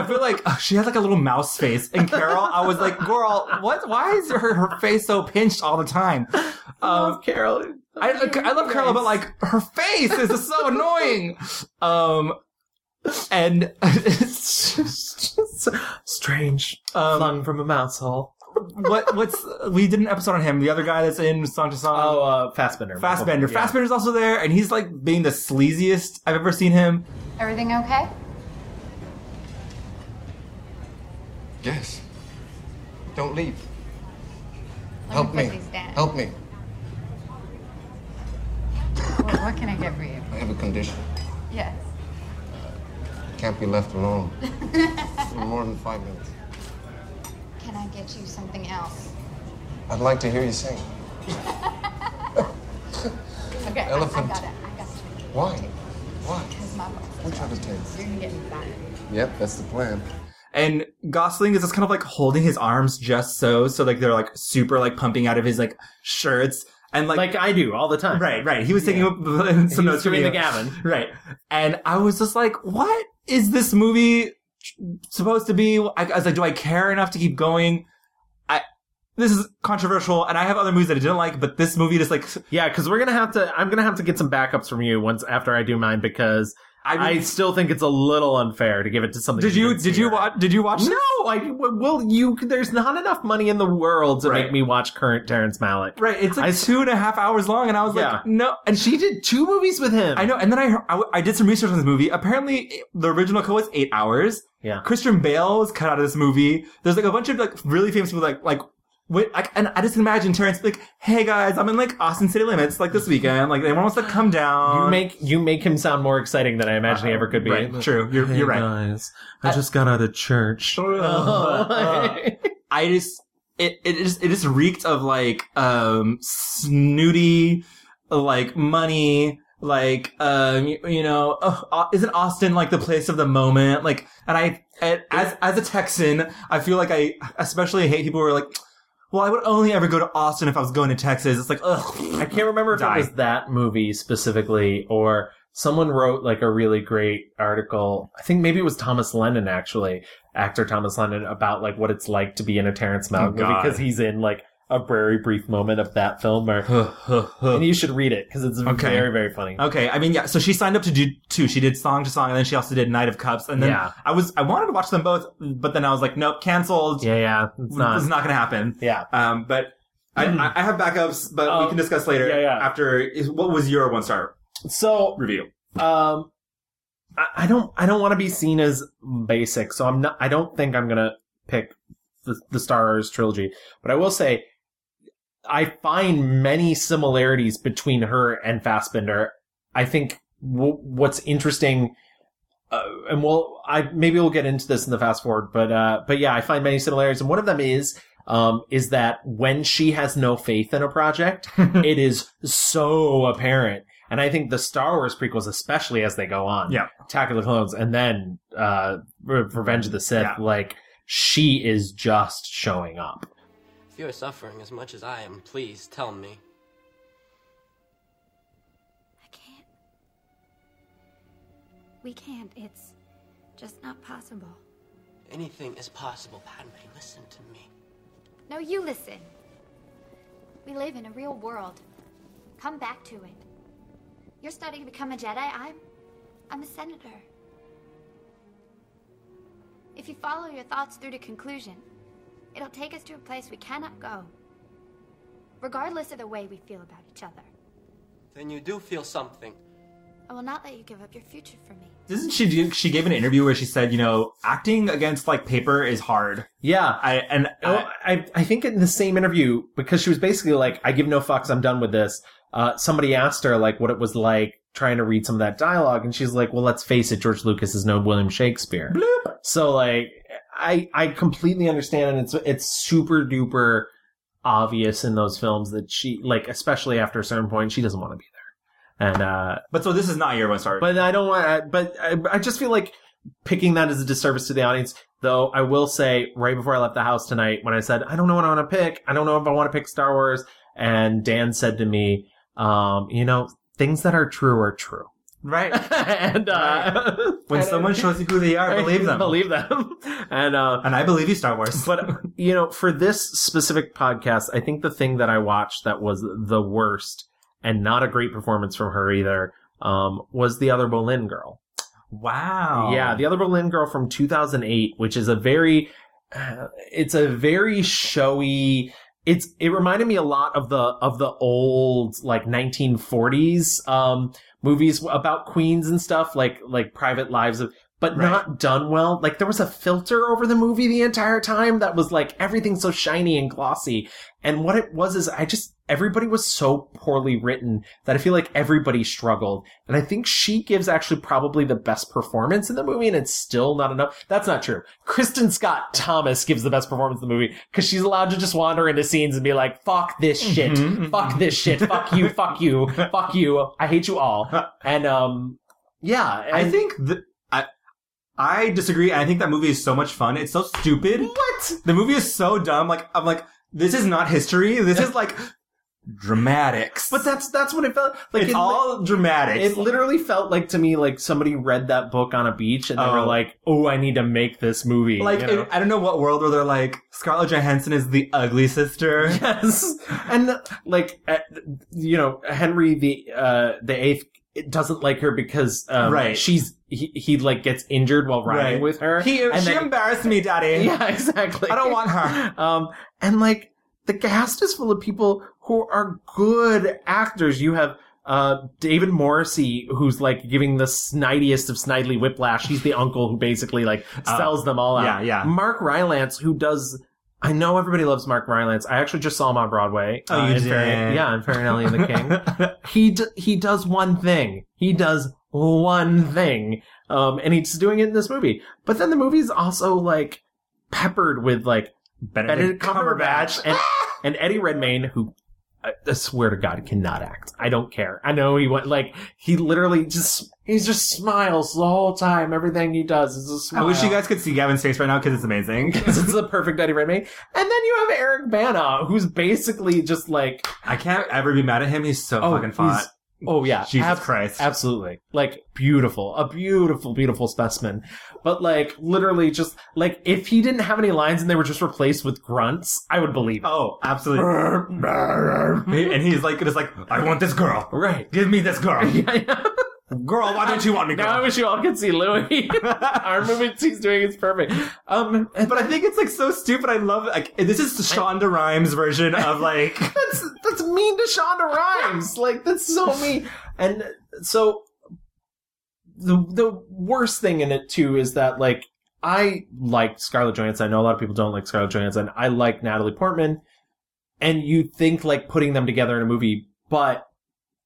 feel like uh, she has like a little mouse face, and Carol, I was like, "Girl, what? Why is her her face so pinched all the time?" Um, Carol. I, I love Carla, but like her face is just so annoying. Um, and It's just strange. um, Flung from a mouse hole. what what's we did an episode on him? The other guy that's in Song to Song, Oh, uh, Fassbender. Fastbender. Yeah. Fastbender's also there, and he's like being the sleaziest I've ever seen him. Everything okay? Yes. Don't leave. Let Help put me. these down. Help me. What, what can I get for you? I have a condition. Yes. Can't be left alone for more than five minutes. Can I get you something else? I'd like to hear you sing. Okay. I- Elephant. I, got it. I got it. Why? Why? Because my boss is Which right. other tapes? You're gonna get me back. Yep, that's the plan. And Gosling is just kind of like holding his arms just so, so like they're like super like pumping out of his like shirts, and like, Like I do all the time. right, right. He was taking some He was notes for doing me. the Gavin. Right. And I was just like, what is this movie supposed to be? I, I was like, do I care enough to keep going? I This is controversial, and I have other movies that I didn't like, but this movie just like, Yeah, because we're gonna have to. I'm gonna have to get some backups from you once after I do mine because I, I still think it's a little unfair to give it to something. did you didn't did see you already. watch did you watch? this? No, I well, you. There's not enough money in the world to Right. make me watch current Terrence Malick. Right, it's like I- two and a half hours long, and I was Yeah. like, no. And she did Two movies with him. I know. And then I, I I did some research on this movie. Apparently, it- the original cut was eight hours. Yeah. Christian Bale was cut out of this movie. There's like a bunch of like really famous people like like. Wait, like, and I just imagine Terrence like, "Hey guys, I'm in like Austin City Limits like this weekend. Like, everyone wants to come down." You make you make him sound more exciting than I imagine he ever could be. Um, Uh, Right, true. You're, you're right. Uh, Oh, Guys, I just got out of church. I just it it just it just reeked of like um snooty like money like um you, you know uh, uh, isn't Austin like the place of the moment like and I and as as a Texan I feel like I especially hate people who are like well I would only ever go to Austin if I was going to Texas it's like I ugh can't remember if Die. it was that movie specifically or someone wrote like a really great article. I think maybe it was Thomas Lennon actually, actor Thomas Lennon about like what it's like to be in a Terrence Malick Oh, movie God. because he's in like a very brief moment of that film or and okay you should read it because it's Okay. Uh, very very funny. I mean yeah so she signed up to do two she did song to song and then she also did Night of Cups and then Yeah. I was I wanted to watch them both but then I was like nope canceled Yeah, yeah, it's it's not. not gonna happen Yeah. Um, but I, I- I have backups, but we Um, can discuss later. yeah, yeah. After is- what was your one star So review? um I, I don't I don't want to be seen as basic, so I'm not I don't think I'm gonna pick the, the Star Wars trilogy. But I will say I find many similarities between her and Fassbender. I think w- what's interesting uh, and we'll I maybe we'll get into this in the fast forward, but uh but yeah, I find many similarities and one of them is um, is that when she has no faith in a project, it is so apparent. And I think the Star Wars prequels, especially as they go on, Yeah. Attack of the Clones, and then uh, Re- Revenge of the Sith, Yeah. like she is just showing up. If you are suffering as much as I am, please tell me. We can't. It's just not possible. Anything is possible, Padme. Listen to me. No, you listen. We live in a real world. Come back to it. You're studying to become a Jedi. I'm. I'm a senator. If you follow your thoughts through to conclusion, it'll take us to a place we cannot go. Regardless of the way we feel about each other, Then you do feel something. I will not let you give up your future for me. Isn't she? do- She gave an interview where she said, you know, acting against like paper is hard. Yeah, I and I, oh, I, I think in the same interview because she was basically like, "I give no fucks. I'm done with this." Uh, somebody asked her like what it was like trying to read some of that dialogue, and she's like, "Well, let's face it. George Lucas is no William Shakespeare." So like, I I completely understand, and it's it's super duper obvious in those films that she like, especially after a certain point, she doesn't want to be there. And uh, but so this is not your one star. But I don't want. I, but I, I just feel like picking that as a disservice to the audience. Though I will say, right before I left the house tonight, when I said I don't know what I want to pick, I don't know if I want to pick Star Wars, and Dan said to me, um, "You know, things that are true are true." Right. and uh, when someone shows you who they are, believe them. Believe them. and uh, and I believe you, Star Wars. but you know, for this specific podcast, I think the thing that I watched that was the worst and not a great performance from her either um, was the other Boleyn girl. Wow. Yeah, the other Berlin girl from 2008, which is a very, uh, it's a very showy. It's it reminded me a lot of the of the old like 1940s um, movies about queens and stuff, like like Private Lives of, but not done well. Like there was a filter over the movie the entire time that was like everything so shiny and glossy. And what it was is I just everybody was so poorly written that I feel like everybody struggled. And I think she gives actually probably the best performance in the movie, and it's still not enough. That's not true. Kristen Scott Thomas gives the best performance in the movie because she's allowed to just wander into scenes and be like, "Fuck this shit, Mhm, fuck this shit, fuck you, fuck you, fuck you, I hate you all." And um, yeah, I think the, I I disagree. I think that movie is so much fun. It's so stupid. What? The movie is so dumb. Like I'm like this is not history. This is like dramatics. But that's that's what it felt like. It's it, all dramatic. It literally felt like to me like somebody read that book on a beach and they were Oh. like, "Oh, I need to make this movie." like you know? I don't know what world where they're like Scarlett Johansson is the ugly sister. Yes, and like uh, you know, Henry the uh, the eighth doesn't like her because um, Right. she's he, he like gets injured while riding Right. with her. He, and she then- embarrassed me, Daddy. yeah, exactly. I don't want her. Um, and like the cast is full of people who are good actors. You have uh David Morrissey, who's like giving the snidiest of snidely whiplash. He's the uncle who basically like Oh, sells them all out. yeah, yeah. Mark Rylance, who does. I know everybody loves Mark Rylance. I actually just saw him on Broadway. Uh, Oh, you in Fair- did? yeah, in Fair and Ellie and the King he d- he does one thing. He does one thing, um, and he's doing it in this movie. But then the movie's also like peppered with like Benedict, Benedict Cumberbatch and, and Eddie Redmayne, who I, I swear to God cannot act. I don't care. I know he went like he literally just he just smiles the whole time. Everything he does is a smile. I wish you guys could see Gavin's face right now because it's amazing. it's the perfect Eddie Redmayne. And then you have Eric Bana, who's basically just like I can't ever be mad at him. He's so fucking Oh, he's- hot. Oh yeah, Jesus Ab- Christ. absolutely. Like beautiful, a beautiful, beautiful specimen. But like literally, just like if he didn't have any lines and they were just replaced with grunts, I would believe. it. Oh, absolutely. and he's like, just like, I want this girl. Oh, Right. Give me this girl. Yeah, yeah. Girl, why don't you want me, Now I girl? wish you all could see Louis. Our movements he's doing is perfect. Um, and- But I think it's like so stupid. I love it. Like, this is Shonda Rhimes version of like. that's that's mean to Shonda Rhimes. Like that's so mean. And so the the worst thing in it too is that like I like Scarlett Johansson. I know a lot of people don't like Scarlett Johansson. I like Natalie Portman. And you think like putting them together in a movie, but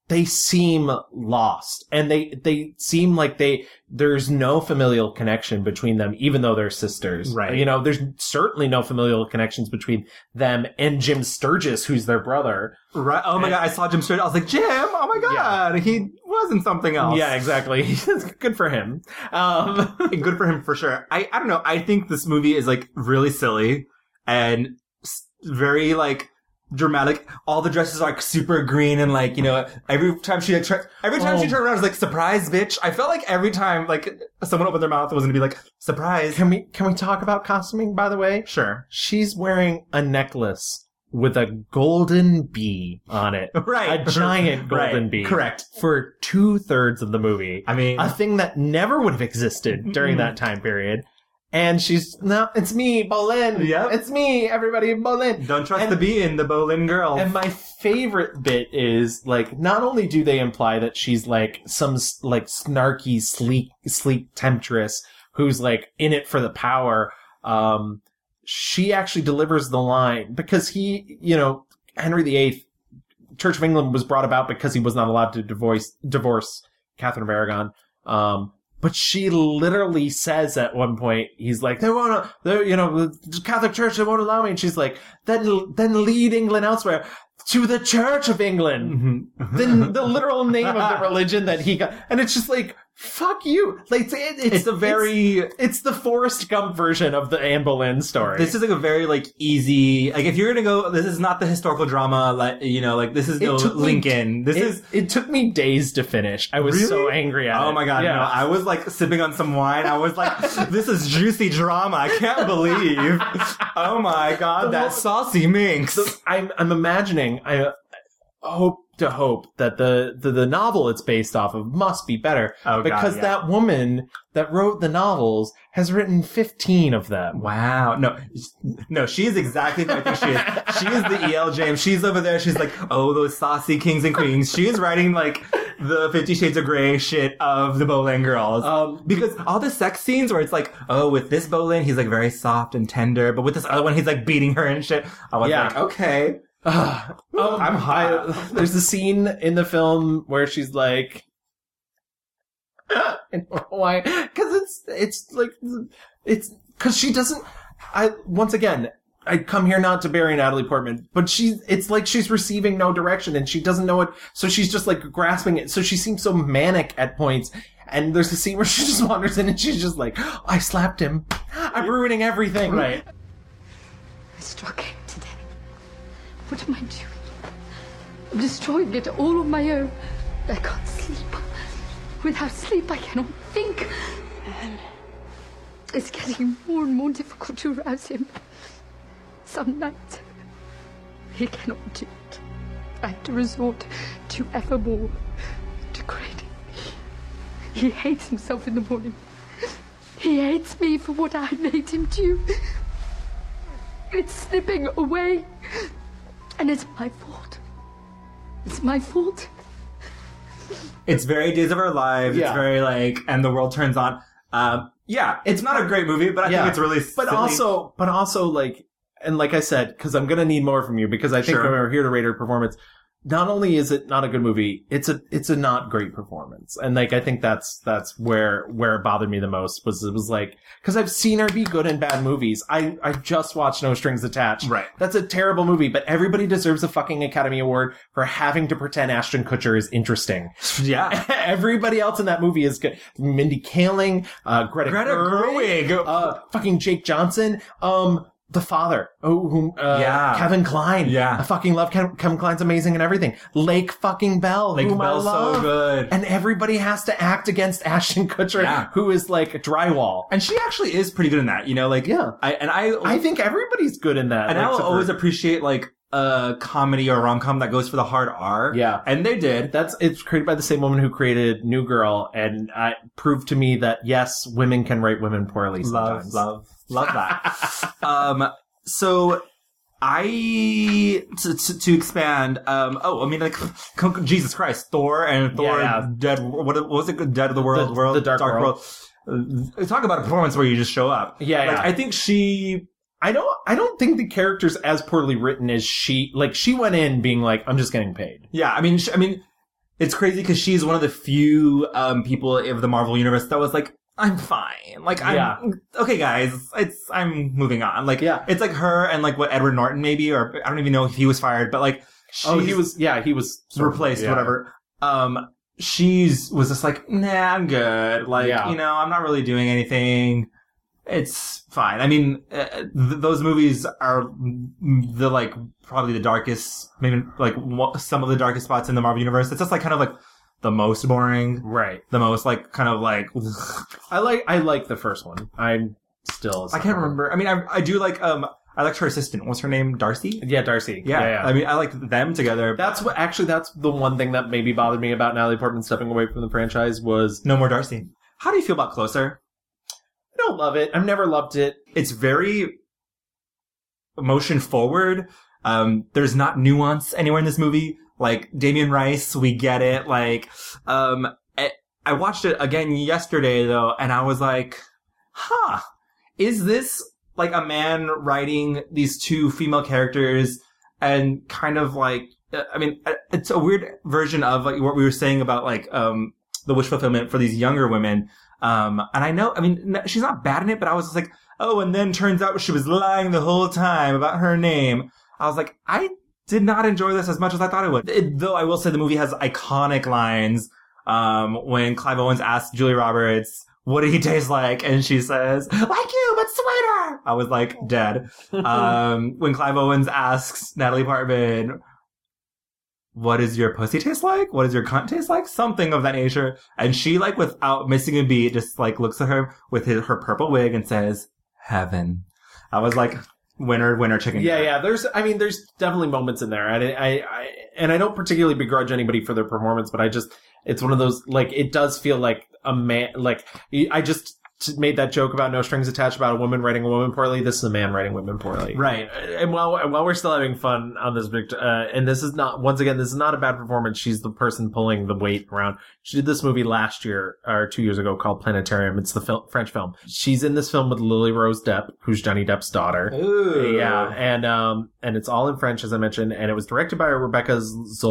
they seem lost and they they seem like they there's no familial connection between them even though they're sisters Right. you know there's certainly no familial connections between them and jim sturgis who's their brother Right. Oh my god, I saw Jim Stewart. I was like, Jim. Oh my god, he was in something else. yeah exactly good for him um good for him for sure. I I don't know. I think this movie is like really silly and s- very like dramatic. All the dresses are like, super green and like you know every time she like, try, every time she Oh. turned around it was like surprise bitch. I felt like every time like someone opened their mouth it was gonna be like surprise. Can we can we talk about costuming by the way? Sure. She's wearing a necklace with a golden bee on it. Right. A giant Right. golden bee. Correct. For two thirds of the movie. I mean a thing that never would have existed during Mm-mm. that time period. And she's no, it's me, Bolin. Yep. It's me, everybody, Bolin. Don't trust the bee in the Bolin girl. And my favorite bit is like not only do they imply that she's like some s- like snarky sleek sleek temptress who's like in it for the power um she actually delivers the line because he you know Henry VIII Church of England was brought about because he was not allowed to divorce divorce Catherine of Aragon um but she literally says at one point, he's like, "They won't, they, you know, the Catholic Church, they won't allow me." And she's like, "Then, then lead England elsewhere to the Church of England." then the literal name of the religion that he got, and it's just like, "Fuck you!" Like it's, it- it's, It's a very- it's, it's the Forrest Gump version of the Anne Boleyn story. This is like a very like easy like if you're gonna go this is not the historical drama like you know like this is no took me- Lincoln this it- is It took me days to finish. I was so Really? angry at it. Oh my god, no. I was like sipping on some wine. I was like, this is juicy drama. I can't believe. Oh my god, that saucy minx. I'm I'm imagining. I I hope to hope that the the, the novel it's based off of must be better Oh, God, because yeah. that woman that wrote the novels has written 15 of them. Wow. No, no, she is exactly who I think she is. She is the EL James. She's over there. She's like, oh, those saucy kings and queens. She is writing like the Fifty Shades of Grey shit of the Boleyn girls. Um, because all the sex scenes where it's like, oh, with this Boleyn, he's like very soft and tender, but with this other one, he's like beating her and shit. I was Yeah. like, okay. Oh, I'm hot. there's a scene in the film where she's like and why cuz it's it's like it's cuz she doesn't I once again I come here not to bury Natalie Portman, but she's it's like she's receiving no direction and she doesn't know it so she's just like grasping it. So she seems so manic at points. And there's a scene where she just wanders in and she's just like, I slapped him. I'm ruining everything. Right. I struck him today. What am I doing? I'm destroying it all on my own. I can't sleep. Without sleep, I cannot think. It's getting more and more difficult to rouse him. Some nights, he cannot do it. I have to resort to evermore degrading. He hates himself in the morning. He hates me for what I made him do. It's slipping away. And it's my fault. It's my fault. It's very Days of Our Lives. It's very like, and the world turns on. Um, yeah, it's not a great movie, but I think it's really. But silly. also, but also, like, and like I said, because I'm gonna need more from you because I think Sure. when we're here to rate her performance. Not only is it not a good movie, it's a it's a not great performance, and like I think that's that's where where it bothered me the most was it was like because I've seen her be good in bad movies. I I just watched No Strings Attached. Right. that's a terrible movie, but everybody deserves a fucking Academy Award for having to pretend Ashton Kutcher is interesting. yeah, Everybody else in that movie is good. Mindy Kaling, uh, Greta, Greta Gerwig, uh, fucking Jake Johnson, um, the father, oh, whom, uh, Yeah. Kevin Klein. Yeah. I fucking love Kevin, Kevin Klein's amazing and everything. Lake fucking Bell, Lake whom I Bell's so love. good. And everybody has to act against Ashton Kutcher, Yeah. who is like drywall. and she actually is pretty good in that. You know, like Yeah. I and I I think everybody's good in that. and like, I will except for- always appreciate like a comedy or rom com that goes for the hard R. Yeah. and they did. That's it's created by the same woman who created New Girl, and I proved to me that yes, women can write women poorly. Love, Sometimes. love, love that. um, so I to, to, to expand. Um, oh, I mean, like Jesus Christ, Thor and Thor Yeah. Dead. What, what was it? Dead of the World, The- World, the Dark World. Uh, Talk about a performance where you just show up. Yeah, like yeah. I think she. I don't I don't think the character's as poorly written as she like she went in being like I'm just getting paid. Yeah, I mean, sh I mean, it's crazy because she's one of the few um, people of the Marvel universe that was like, "I'm fine, like, I'm Yeah. okay, guys, it's I'm moving on." Like, Yeah. it's like her and like what Edward Norton maybe, or I don't even know if he was fired, but like, oh, he she's was yeah, he was sort of- replaced, yeah. whatever. Um, she's was just like, "Nah, I'm good," like, Yeah. you know, I'm not really doing anything. it's fine. I mean, uh, th- those movies are the like probably the darkest, maybe like wa- some of the darkest spots in the Marvel universe. It's just like kind of like the most boring, right? The most like kind of like I like I like the first one. I'm still I can't remember. I mean, I I do like um I liked her assistant. What's her name? Darcy. Yeah, Darcy. Yeah, Yeah, yeah. I mean, I liked them together. That's what actually that's the one thing that maybe bothered me about Natalie Portman stepping away from the franchise was no more Darcy. How do you feel about Closer? I don't love it. I've never loved it. It's very motion forward. Um, there's not nuance anywhere in this movie. Like Damien Rice, we get it. Like, um, I, I watched it again yesterday though, and I was like, huh, is this like a man writing these two female characters and kind of like, uh, I mean, uh, it's a weird version of like what we were saying about like, um, the wish fulfillment for these younger women. Um, and I know, I mean, n- she's not bad in it, but I was just like, oh, and then turns out she was lying the whole time about her name. I was like, I did not enjoy this as much as I thought I would. It- though I will say the movie has iconic lines. Um, when Clive Owens asks Julie Roberts, what did he taste like? And she says, like you, but sweeter. I was like, dead. um, when Clive Owens asks Natalie Portman, what does your pussy taste like? What does your cunt taste like? Something of that nature. And she, like, without missing a beat, just like looks at her with his, her purple wig and says, "Heaven." I was like, "Winner, winner, chicken." Yeah, yeah. There's, I mean, there's definitely moments in there, and I, I, I, and I don't particularly begrudge anybody for their performance, but I just, it's one of those like it does feel like a man. Like I just t- made that joke about no strings attached about a woman writing a woman poorly. This is a man writing women poorly, Right. And while and while we're still having fun on this, vict- uh, and this is not once again, this is not a bad performance. She's the person pulling the weight around. She did this movie last year or two years ago called Planetarium. It's the fil- French film. She's in this film with Lily Rose Depp, who's Johnny Depp's daughter. Ooh. Yeah, and um, and it's all in French, as I mentioned, and it was directed by Rebecca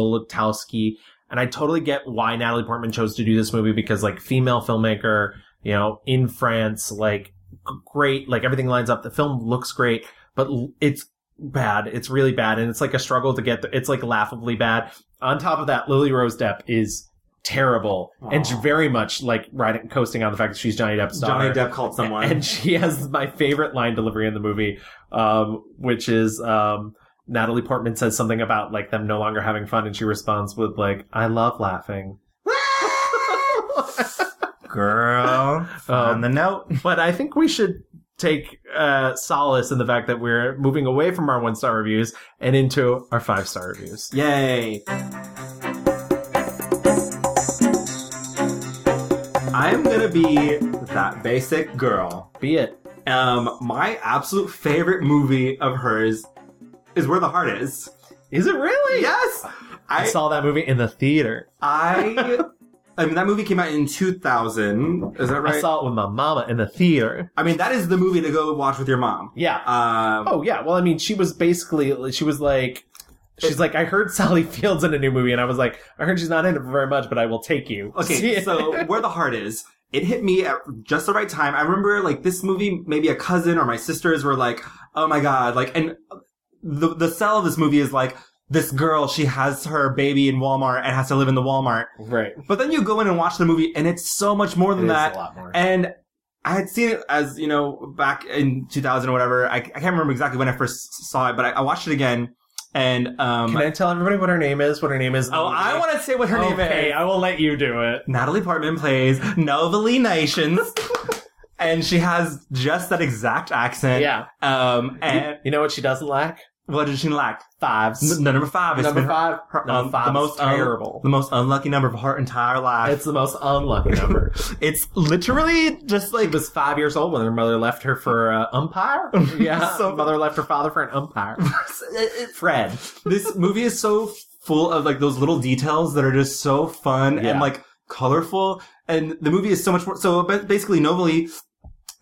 Zolotowski. And I totally get why Natalie Portman chose to do this movie because, like, female filmmaker, you know, in France, like, g- great, like everything lines up. The film looks great, but l- it's bad. It's really bad, and it's like a struggle to get. The, it's like laughably bad. On top of that, Lily Rose Depp is terrible and Aw. very much like riding coasting on the fact that she's Johnny Depp's Johnny daughter. Depp called someone. And she has my favorite line delivery in the movie, um, which is um, Natalie Portman says something about like them no longer having fun, and she responds with like, "I love laughing." Girl, on the note. but I think we should take uh, solace in the fact that we're moving away from our one star reviews and into our five star reviews. Yay! I'm gonna be that basic girl. Be it. Um, my absolute favorite movie of hers is Where the Heart Is. Is it really? Yes. I, saw that movie in the theater. I, I mean, that movie came out in 2000. Is that right? I saw it with my mama in the theater. I mean, that is the movie to go watch with your mom. Yeah. Um, oh yeah. Well, I mean, she was basically she was like. She's like, I heard Sally Fields in a new movie, and I was like, I heard she's not in it very much, but I will take you. Okay, so where the heart is, it hit me at just the right time. I remember like this movie, maybe a cousin or my sisters were like, "Oh my god!" Like, and the the sell of this movie is like this girl, she has her baby in Walmart and has to live in the Walmart. Right. But then you go in and watch the movie, and it's so much more than It is that. a lot more. And I had seen it as you know back in 2000 or whatever. I, I can't remember exactly when I first saw it, but I, I watched it again. And um, Can I tell everybody what her name is? What her name is? oh, I want to say what her name is. Okay, I will let you do it. Natalie Portman plays Novalee Nations. And she has just that exact accent. Yeah. Um, and You know what she doesn't lack? what does she lack? Fives. N- the number five. It's Number been her- five. her- Number um, five the is most un- terrible. the most unlucky number of her entire life. It's the most unlucky number. It's literally just she like was five years old when her mother left her for uh, umpire. Yeah, So- mother left her father for an umpire. Fred. this movie is so full of like those little details that are just so fun Yeah. and like colorful. And the movie is so much more. So ba- basically, Novalee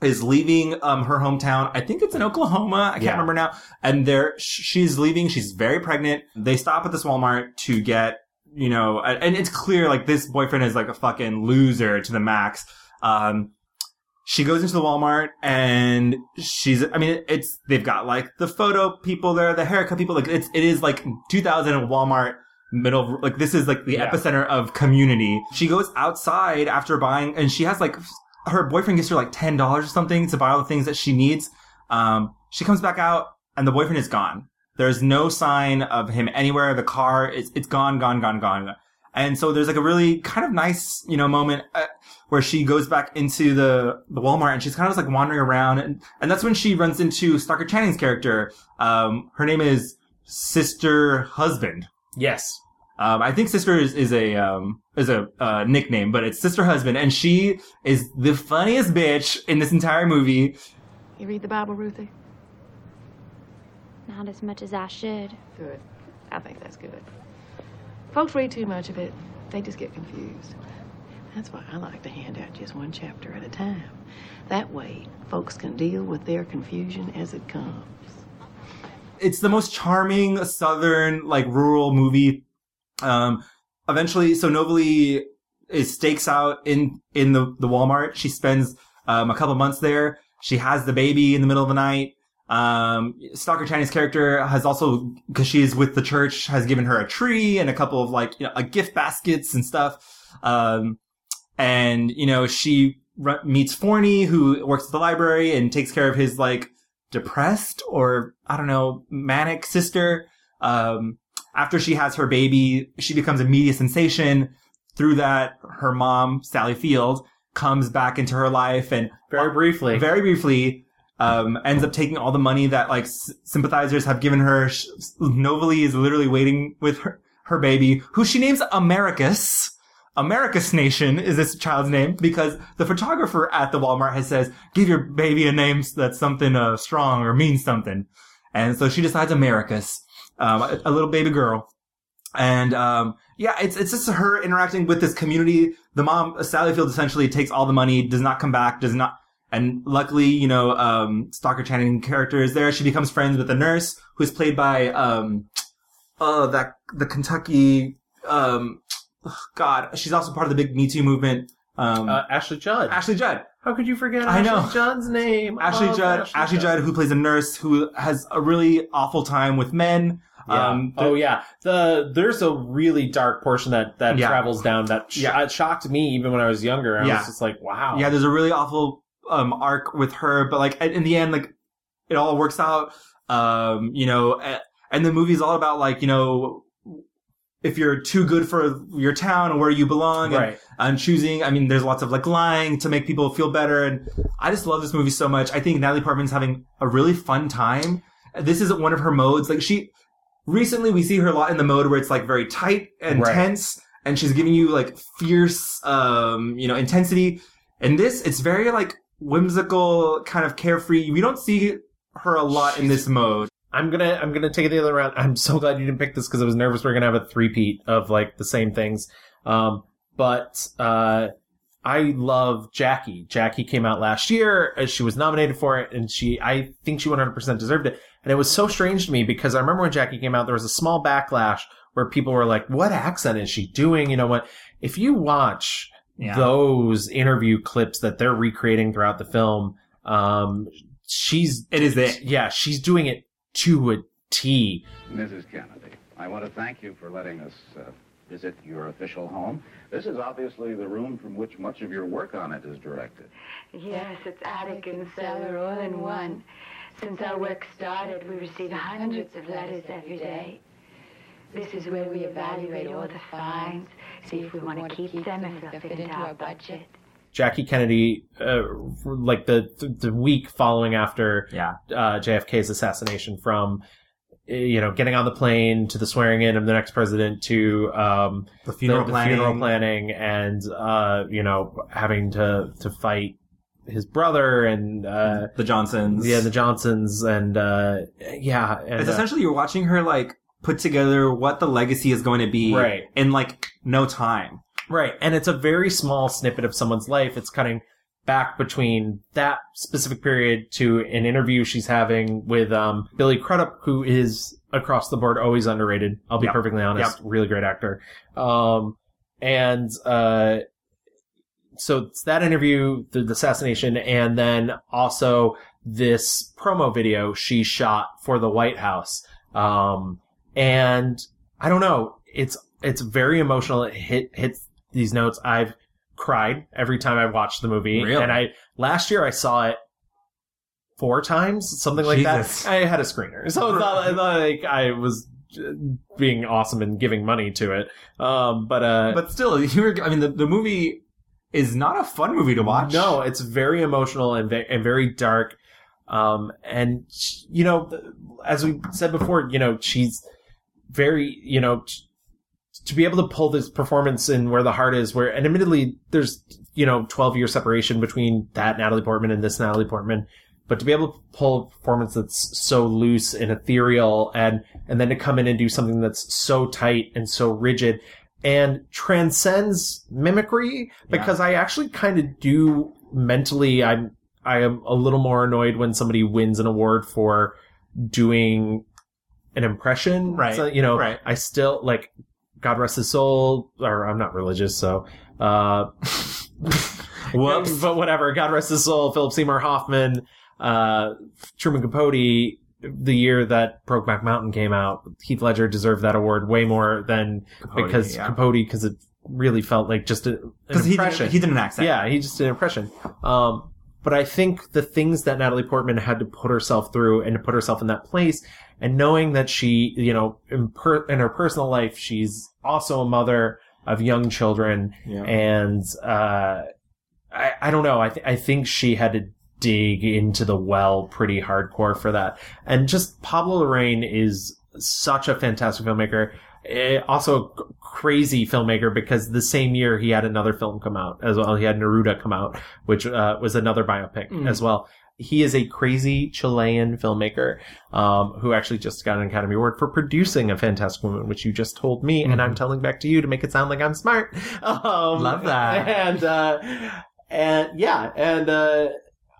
is leaving um, her hometown. I think it's in Oklahoma. I can't Yeah. remember now. And there, sh- she's leaving. She's very pregnant. They stop at this Walmart to get, you know, a- and it's clear like this boyfriend is like a fucking loser to the max. Um, she goes into the Walmart and she's, I mean, it's, they've got like the photo people there, the haircut people. Like it's, it is like 2000 and Walmart middle, like this is like the Yeah. epicenter of community. She goes outside after buying and she has like her boyfriend gives her like ten dollars or something to buy all the things that she needs. Um, she comes back out, and the boyfriend is gone. There's no sign of him anywhere. The car is it's gone, gone, gone, gone. And so there's like a really kind of nice, you know, moment uh, where she goes back into the, the Walmart and she's kind of just like wandering around. And, and that's when she runs into Stalker Channing's character. Um, her name is Sister Husband. Yes. Um, I think sister is, is a, um, is a, uh, nickname, but it's sister husband. And she is the funniest bitch in this entire movie. You read the Bible, Ruthie? Not as much as I should. Good. I think that's good. Folks read too much of it, they just get confused. That's why I like to hand out just one chapter at a time. That way, folks can deal with their confusion as it comes. It's the most charming southern, like rural movie. Um, eventually, so Novely is stakes out in, in the, the Walmart. She spends, um, a couple months there. She has the baby in the middle of the night. Um, Stalker Chinese character has also, because she is with the church, has given her a tree and a couple of like, you know, a gift baskets and stuff. Um, and, you know, she r- meets Forney, who works at the library and takes care of his like depressed or, I don't know, manic sister. Um, after she has her baby, she becomes a media sensation. Through that, her mom, Sally Field, comes back into her life and very briefly, very briefly, um, ends up taking all the money that like s- sympathizers have given her. Sh- Novely is literally waiting with her, her baby, who she names Americus. Americus Nation is this child's name because the photographer at the Walmart has says, "Give your baby a name that's something uh, strong or means something," and so she decides Americus, um, a, a little baby girl, and um, yeah, it's it's just her interacting with this community. The mom, Sally Field, essentially takes all the money, does not come back, does not and luckily, you know, um, Stalker Channing character is there. She becomes friends with the nurse who's played by, um, oh, that, the Kentucky, um, ugh, God, she's also part of the big Me Too movement. Um, Uh, Ashley Judd. Ashley Judd. How could you forget I know. Ashley Judd's name? Oh, Ashley Love Judd, Ashley, Judd, who plays a nurse who has a really awful time with men. Yeah. Um, oh yeah. The there's a really dark portion that that Yeah. travels down that sh- Yeah. it shocked me even when I was younger. I Yeah. was just like, wow. Yeah, there's a really awful um arc with her, but like at- in the end, like it all works out. Um, you know, a- and the movie's all about like you know if you're too good for your town and where you belong, and, Right. and choosing. I mean, there's lots of like lying to make people feel better, and I just love this movie so much. I think Natalie Portman's having a really fun time. This is one of her modes. Like she recently, we see her a lot in the mode where it's like very tight and Right. tense, and she's giving you like fierce, um, you know, intensity. And this, it's very like whimsical, kind of carefree. We don't see her a lot in this mode. I'm gonna I'm gonna take it the other round. I'm so glad you didn't pick this because I was nervous we are gonna have a three-peat of like the same things. Um, but uh, I love Jackie. Jackie came out last year. uh, She was nominated for it, and she I think she 100% deserved it. And it was so strange to me because I remember when Jackie came out, there was a small backlash where people were like, "What accent is she doing?" You know what? If you watch Yeah. those interview clips that they're recreating throughout the film, um, she's it is it. Yeah, she's doing it to a T. Mrs. Kennedy, I want to thank you for letting us uh, visit your official home. This is obviously the room from which much of your work on it is directed. Yes, it's attic and cellar all in one. Since our work started, we receive hundreds of letters every day. This is where we evaluate all the finds, see if we want to keep them, if they'll fit into our budget. Jackie Kennedy, uh, like the the week following after yeah. uh, JFK's assassination, from uh, you know getting on the plane to the swearing in of the next president to um, The funeral the planning. funeral planning, and uh, you know having to to fight his brother and uh, the Johnsons, yeah, the Johnsons, and uh, yeah, and, it's uh, essentially you're watching her like put together what the legacy is going to be Right. in like no time. Right. And it's a very small snippet of someone's life. It's cutting back between that specific period to an interview she's having with um, Billy Crudup, who is across the board always underrated. I'll be Yep. perfectly honest. Really great actor. Um, and uh, so it's that interview, the, the assassination, and then also this promo video she shot for the White House. Um, and I don't know. It's it's very emotional. It hit hits these notes. I've cried every time I watched the movie. Really? And I last year I saw it four times, something like Jesus. that. I had a screener, so it's not, it's not like I was uh, being awesome and giving money to it. Um, but uh, but still, you were. I mean, the, the movie is not a fun movie to watch. No, it's very emotional and ve- and very dark. Um, and sh- you know, th- as we said before, you know, she's very, you know, t- to be able to pull this performance in where the heart is, where and admittedly, there's you know, twelve year separation between that Natalie Portman and this Natalie Portman. But to be able to pull a performance that's so loose and ethereal, and and then to come in and do something that's so tight and so rigid, and transcends mimicry because I actually kind of do mentally. I'm I am a little more annoyed when somebody wins an award for doing an impression. Right. So, you know, Right. I still like God rest his soul, or I'm not religious, so. Uh, Whoops. But whatever. God rest his soul. Philip Seymour Hoffman, uh, Truman Capote. The year that Brokeback Mountain came out, Heath Ledger deserved that award way more than Capote, because yeah. Capote because it really felt like just a, an 'Cause he did- impression. he did an accent. Yeah, he just did an impression. Um, but I think the things that Natalie Portman had to put herself through and to put herself in that place, and knowing that she, you know, in, per- in her personal life, she's also a mother of young children, Yeah. and uh, I, I don't know. I, th- I think she had to dig into the well pretty hardcore for that. And just Pablo Lorraine is such a fantastic filmmaker. Eh, also, a c- crazy filmmaker because the same year he had another film come out as well. He had Neruda come out, which uh, was another biopic Mm. as well. He is a crazy Chilean filmmaker um, who actually just got an Academy Award for producing A Fantastic Woman, which you just told me, and I'm telling back to you to make it sound like I'm smart. Um, Mm-hmm. Love that. And uh, and yeah, and uh,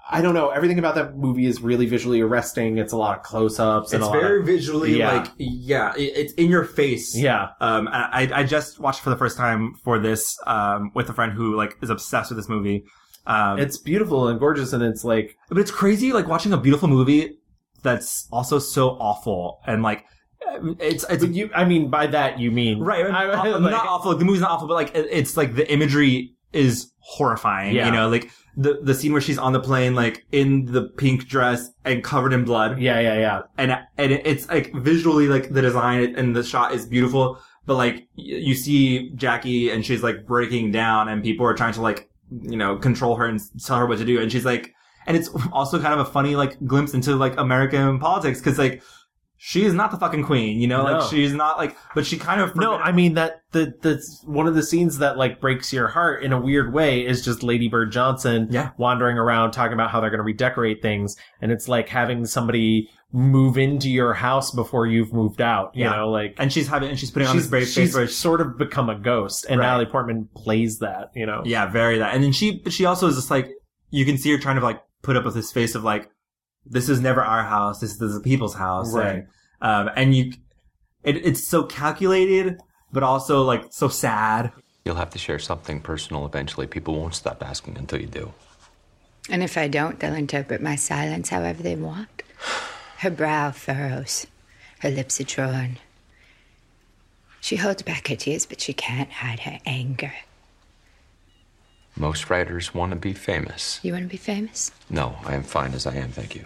I don't know. Everything about that movie is really visually arresting. It's a lot of close-ups. and It's a lot very of- visually Yeah. like yeah, i- it's in your face. Yeah. Um, I I I just watched for the first time for this um with a friend who like is obsessed with this movie. Um, it's beautiful and gorgeous, and it's like but it's crazy like watching a beautiful movie that's also so awful and like uh, it's it's you. I mean by that you mean right? I- aw- like- not awful. Like, the movie's not awful, but like it- it's like the imagery is horrifying. Yeah. You know, like the the scene where she's on the plane, like in the pink dress and covered in blood. Yeah, yeah, yeah. And and it- it's like visually, like the design and the shot is beautiful, but like y- you see Jackie and she's like breaking down, and people are trying to like you know control her and s- tell her what to do, and she's like. And it's also kind of a funny like glimpse into like American politics because like she is not the fucking queen, you know, No. like she's not like, but she kind of no. I mean that the the one of the scenes that like breaks your heart in a weird way is just Lady Bird Johnson Yeah. wandering around talking about how they're going to redecorate things, and it's like having somebody move into your house before you've moved out. You Yeah. know, like and she's having and she's putting on she's, this brave she's face where she- sort of become a ghost, and Right. Natalie Portman plays that. You know, yeah very that and then she but she also is just like you can see her trying to like put up with this face of like this is never our house this is the people's house Right. and, um, and you it, it's so calculated but also like so sad You'll have to share something personal eventually. People won't stop asking until you do. And if I don't, they'll interpret my silence however they want. Her brow furrows, her lips are drawn. She holds back her tears, but she can't hide her anger. Most writers want to be famous. You want to be famous? No, I am fine as I am, thank you.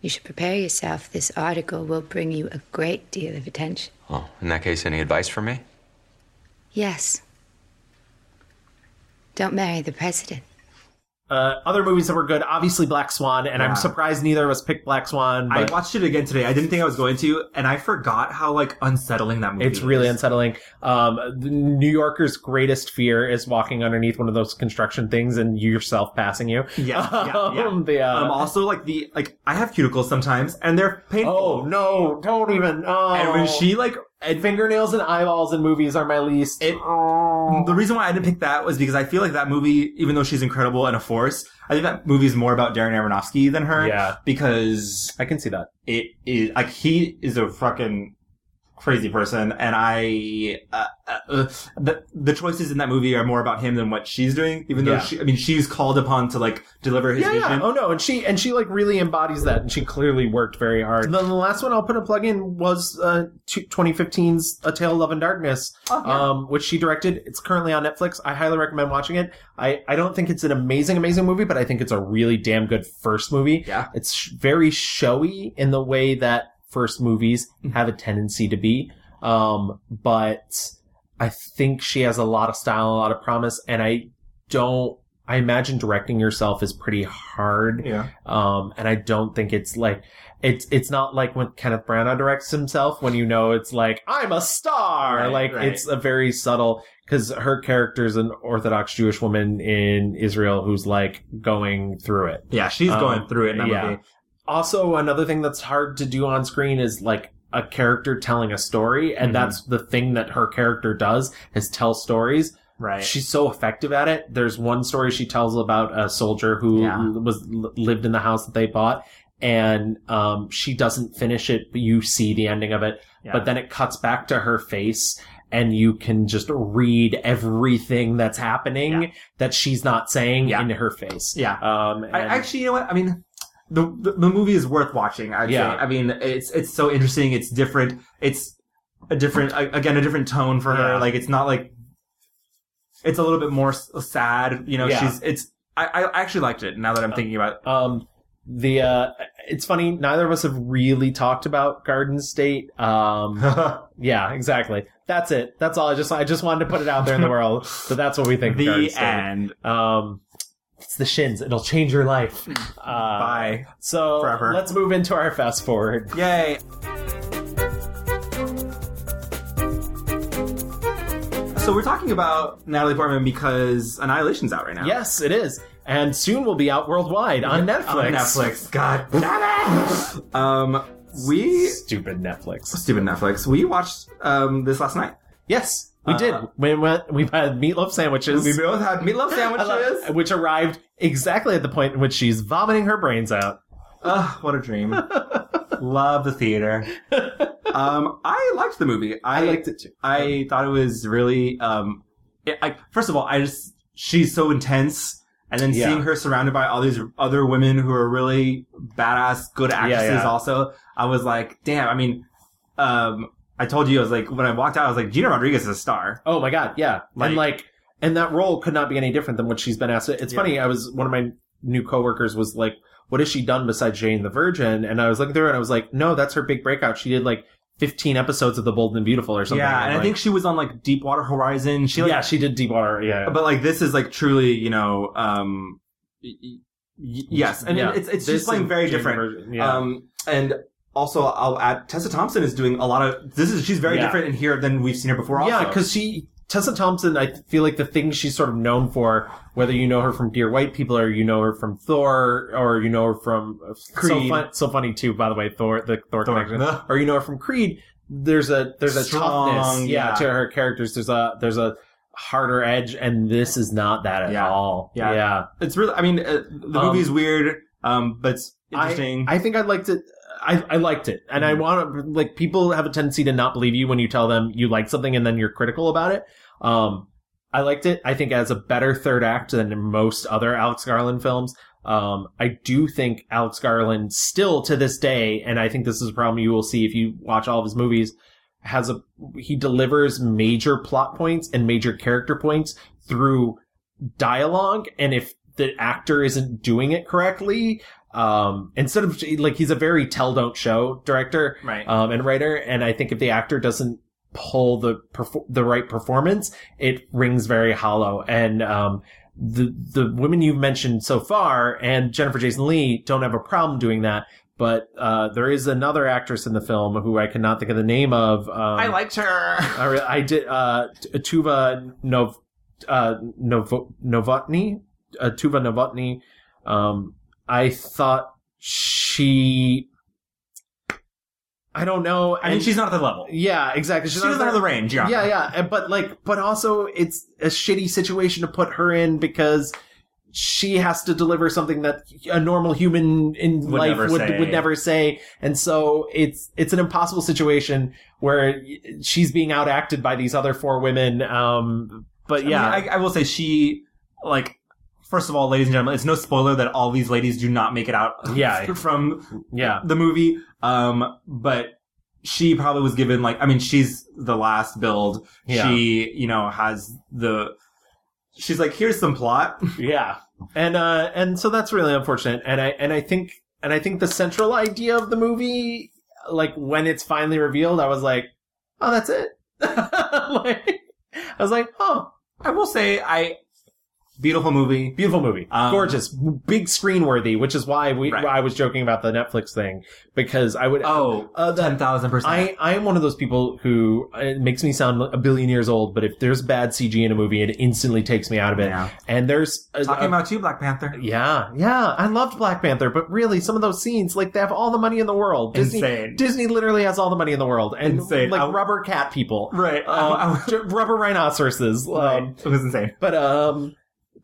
You should prepare yourself. This article will bring you a great deal of attention. Oh, in that case, any advice for me? Yes. Don't marry the president. uh, other movies that were good, obviously Black Swan, and Yeah. I'm surprised neither of us picked Black Swan. i but watched it again today i didn't think i was going to and i forgot how like unsettling that movie It's really is. unsettling. Um, the New Yorker's greatest fear is walking underneath one of those construction things and you yourself passing you. Yeah, yeah, yeah. Um, the, uh, um, also like the like I have cuticles sometimes and they're painful. Oh no! Don't even. Oh. And when she like fingernails and eyeballs in movies are my least. It, The reason why I didn't pick that was because I feel like that movie, even though she's incredible and a force, I think that movie's more about Darren Aronofsky than her. Yeah. Because I can see that it is like he is a fucking crazy person, and I uh, uh, uh, the the choices in that movie are more about him than what she's doing. Even though Yeah. she, I mean, she's called upon to like deliver his yeah, vision. yeah. Oh no, and she and she like really embodies that, and she clearly worked very hard. And then the last one I'll put a plug in was uh, t- 2015's A Tale of Love and Darkness, Oh, yeah. um, which she directed. It's currently on Netflix. I highly recommend watching it. I I don't think it's an amazing amazing movie, but I think it's a really damn good first movie. Yeah, it's sh- very showy in the way that first movies have a tendency to be, um, but. I think she has a lot of style, a lot of promise, and I don't. I imagine directing yourself is pretty hard. Yeah. Um, and I don't think it's like it's it's not like when Kenneth Branagh directs himself when you know it's like I'm a star. Right, like right. it's a very subtle because her character is an Orthodox Jewish woman in Israel who's like going through it. Yeah, she's going through it in that movie. Also, another thing that's hard to do on screen is like a character telling a story, and Mhm. that's the thing that her character does is tell stories. Right. She's so effective at it. There's one story she tells about a soldier who l- was l- lived in the house that they bought, and um, she doesn't finish it, but you see the ending of it. Yeah. But then it cuts back to her face, and you can just read everything that's happening that she's not saying in her face. Yeah. Um, I, and- actually, you know what? I mean, the the, the movie is worth watching. I'd Yeah. say. I mean, it's it's so interesting. It's different. It's a different a- again a different tone for her. Yeah. Like it's not like it's a little bit more s- sad. You know, Yeah. Uh, she's it's. I, I actually liked it. Now that I'm thinking about um the uh it's funny neither of us have really talked about garden state um yeah exactly that's it that's all i just i just wanted to put it out there in the world so that's what we think of The Garden State. end. um it's the shins it'll change your life uh, bye so Forever. let's move into our fast forward yay So we're talking about Natalie Portman because Annihilation's out right now. yes it is and soon will be out worldwide on Yeah, netflix On Netflix. God damn it! Um, we stupid Netflix. Stupid Netflix. We watched um this last night. Yes, we did. Uh, We went. We had meatloaf sandwiches. We both had meatloaf I love- sandwiches. which arrived exactly at the point in which she's vomiting her brains out. Ugh, Ah, what a dream! Love the theater. um, I liked the movie. I, liked it too. I thought it was really um, it, I, first of all, I just she's so intense, and then Yeah. seeing her surrounded by all these other women who are really badass, good actresses. yeah. Also, I was like, damn. I mean, um, I told you, I was like, when I walked out, I was like, Gina Rodriguez is a star. Oh my god, yeah, Like- and like, and that role could not be any different than what she's been asked. It's funny. I was one of my new coworkers was like, "What has she done besides Jane the Virgin?" And I was looking through, it and I was like, "No, that's her big breakout. She did like 15 episodes of The Bold and Beautiful or something." Yeah, and I think she was on like Deepwater Horizon. She like, yeah, she did Deepwater. Yeah, yeah. but like this is like truly, you know, um, y- y- y- yes, and Yeah. it's it's This just playing and very Jane different. Virgin, yeah. Um, and also I'll add Tessa Thompson is doing a lot of this is she's very Yeah. different in here than we've seen her before. Also. Yeah, because she Tessa Thompson. I feel like the thing she's sort of known for, whether you know her from Dear White People or you know her from Thor or you know her from uh, So, Creed. fun, so funny too, by the way, Thor the Thor, Thor. connection, or you know her from Creed. There's a there's a Strong, toughness, yeah, yeah. to her characters. There's a there's a harder edge, and this is not that at all. Yeah. yeah. it's really. I mean, uh, the Um, movie's weird, um, but it's interesting. I, I think I liked it. I, I liked it, and I want to like people have a tendency to not believe you when you tell them you like something, and then you're critical about it. Um, I liked it. I think as a better third act than most other Alex Garland films. Um, I do think Alex Garland still to this day, and I think this is a problem you will see if you watch all of his movies, has a he delivers major plot points and major character points through dialogue and if the actor isn't doing it correctly um instead of like he's a very tell don't show director Right. um and writer and i think if the actor doesn't pull the perfor- the right performance it rings very hollow and um the the women you've mentioned so far and Jennifer Jason Lee don't have a problem doing that but uh there is another actress in the film who I cannot think of the name of um, I liked her. I, re- I did uh, T- Tuva Nov uh, Novo- Novotny, uh, Tuva Novotny. Um, I thought she. I don't know. I mean, she's not at the level. Yeah, exactly. She doesn't have the range, yeah. yeah, yeah. And- But like, but also, it's a shitty situation to put her in because she has to deliver something that a normal human in Would life never would say. would never say, and so it's it's an impossible situation where she's being outacted by these other four women. Um, but yeah, I, mean, I, I will say she like. First of all, ladies and gentlemen, it's no spoiler that all these ladies do not make it out. Yeah. from yeah the movie. Um, but she probably was given like I mean she's the last build. Yeah. She you know has the she's like here's some plot. Yeah. and uh and so that's really unfortunate and i and i think and i think the central idea of the movie like when it's finally revealed i was like oh that's it like, i was like oh i will say i beautiful movie beautiful movie gorgeous big screen worthy which is why we i was joking about the netflix thing because i would oh ten thousand percent I, I am one of those people who it makes me sound a billion years old, but if there's bad CG in a movie, it instantly takes me out of it. And there's a- talking a- about you Black Panther. yeah, yeah. I loved Black Panther, but really, some of those scenes, like they have all the money in the world. Disney, Insane. Disney literally has all the money in the world, and Insane. like I- rubber cat people, Right. Um, j- rubber rhinoceroses. Um, it was insane. But um,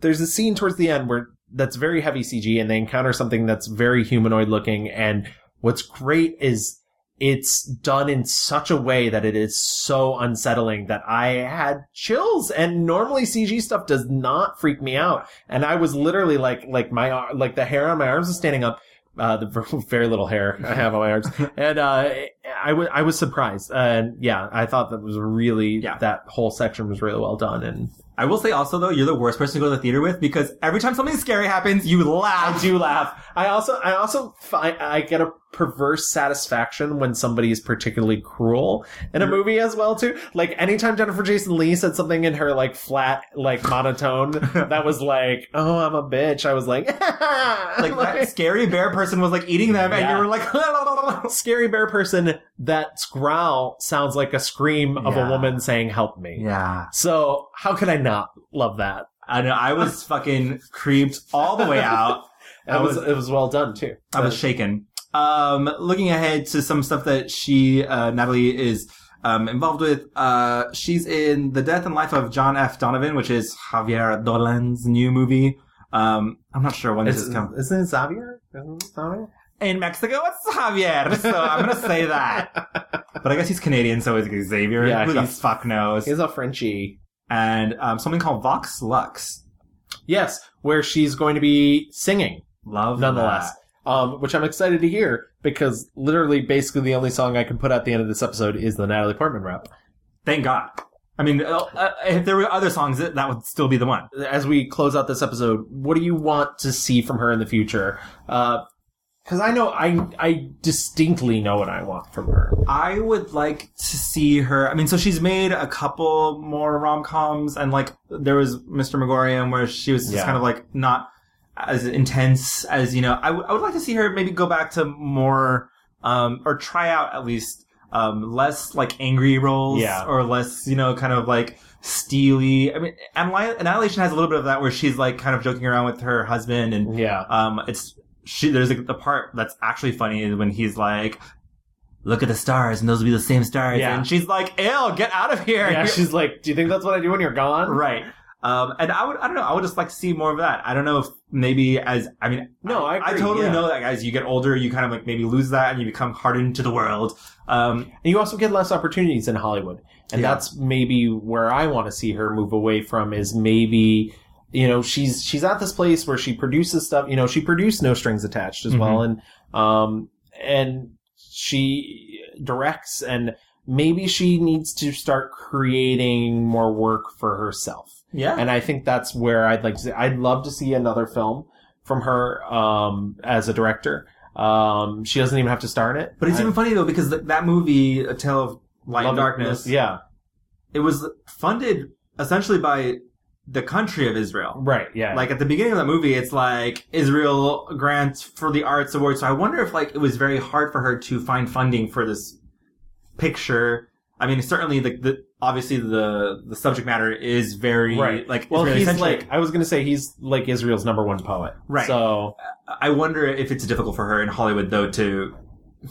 there's a scene towards the end where that's very heavy CG, and they encounter something that's very humanoid looking. And what's great is it's done in such a way that it is so unsettling that I had chills. And normally CG stuff does not freak me out, and I was literally like, like my ar- like the hair on my arms was standing up. Uh, the very little hair I have on my arms, and uh, I wa- I was surprised, and yeah, I thought that was really that whole section was really well done, and I will say also though, you're the worst person to go to the theater with because every time something scary happens, you laugh. I do laugh. I also I also find I get a perverse satisfaction when somebody is particularly cruel in a movie as well too. Like anytime Jennifer Jason Lee said something in her like flat like monotone that was like, "Oh, I'm a bitch." I was like, like that scary bear person was like eating them, and you were like, "Scary bear person." That growl sounds like a scream of a Yeah. woman saying, "Help me." Yeah. So how can I not love that? I know. I was fucking creeped all the way out. It was- it was well done too. I was shaken. Um, looking ahead to some stuff that she, uh, Natalie is, um, involved with. Uh, she's in The Death and Life of John F. Donovan, which is Javier Dolan's new movie. Um, I'm not sure when this Is- is coming. Isn't it Xavier? Isn't it Xavier? In Mexico, it's Javier, so I'm gonna say that. But I guess he's Canadian, so it's Xavier. Yeah, Who the he's- fuck knows? He's a Frenchie. And um, something called Vox Lux. Yes, where she's going to be singing. Love nonetheless. Um, which I'm excited to hear because literally basically the only song I can put at the end of this episode is the Natalie Portman rap. Thank God. I mean, uh, uh, if there were other songs, that that would still be the one. As we close out this episode, what do you want to see from her in the future? Because I know I I distinctly know what I want from her. I would like to see her. I mean, so she's made a couple more rom coms, and like there was Mr. Megorium, where she was just Yeah. kind of like not as intense as you know. I would- I would like to see her maybe go back to more um, or try out at least um, less like angry roles, Yeah. or less you know kind of like steely. I mean, Annihil- Annihilation has a little bit of that where she's like kind of joking around with her husband, and yeah, um, it's. She, there's a, the part that's actually funny is when he's like, look at the stars and those will be the same stars. Yeah. And she's like, ill, get out of here. Yeah, she's like, do you think that's what I do when you're gone? Right. Um, and I would, I don't know, I would just like to see more of that. I don't know if maybe as, I mean, no, I, agree, totally yeah. know that as you get older, you kind of like maybe lose that and you become hardened to the world. Um, and you also get less opportunities in Hollywood, and Yeah. that's maybe where I want to see her move away from. Is maybe you know she's she's at this place where she produces stuff. You know, she produced No Strings Attached as well, Mm-hmm. and um and she directs, and maybe she needs to start creating more work for herself. Yeah. and I think that's where I'd like to. See, I'd love to see another film from her um, as a director. Um, she doesn't even have to star in it, But it's I- even funny though because th- that movie, A Tale of Light Love- and Darkness, yeah, it was funded essentially by the country of Israel, right? Yeah, Like at the beginning of that movie, it's like Israel grants for the arts award. So I wonder if like it was very hard for her to find funding for this picture. I mean, certainly the, the obviously the the subject matter is very right. like well, Israeli he's centric. like I was gonna say he's like Israel's number one poet, Right. So I wonder if it's difficult for her in Hollywood though to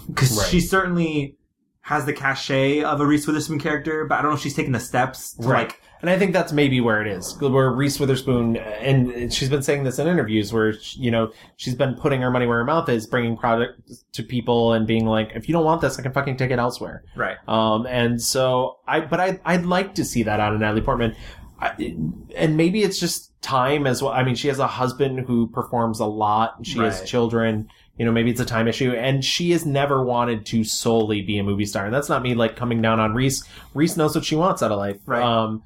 because Right. she certainly has the cachet of a Reese Witherspoon character, but I don't know if she's taking the steps to Right. like and I think that's maybe where it is, where Reese Witherspoon, and she's been saying this in interviews, where you know she's been putting her money where her mouth is, bringing product to people and being like, if you don't want this, I can fucking take it elsewhere. right. Um, and so I, but I, I'd like to see that out of Natalie Portman. I, and maybe it's just time as well. I mean, she has a husband who performs a lot. and She has Right. children. You know, maybe it's a time issue. And she has never wanted to solely be a movie star. And that's not me like coming down on Reese. Reese knows what she wants out of life. Right. Um,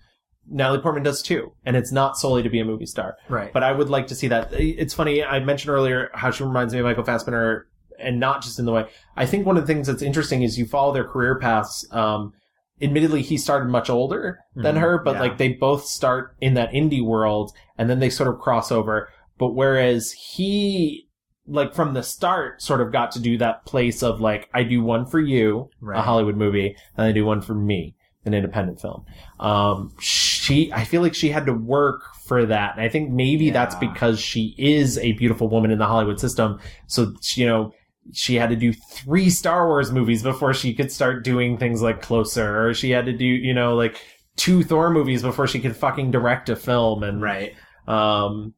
Natalie Portman does too. And it's not solely to be a movie star. Right. But I would like to see that. It's funny. I mentioned earlier how she reminds me of Michael Fassbender, and not just in the way. I think one of the things that's interesting is you follow their career paths. Um, admittedly, he started much older than Mhm, her, but yeah. like they both start in that indie world, and then they sort of cross over. But whereas he, like from the start, sort of got to do that place of like I do one for you, a Right. Hollywood movie, and I do one for me, an independent film. Um, she, I feel like she had to work for that, and I think maybe that's because she is a beautiful woman in the Hollywood system. So you know, she had to do three Star Wars movies before she could start doing things like Closer, or she had to do you know like two Thor movies before she could fucking direct a film. And right, um,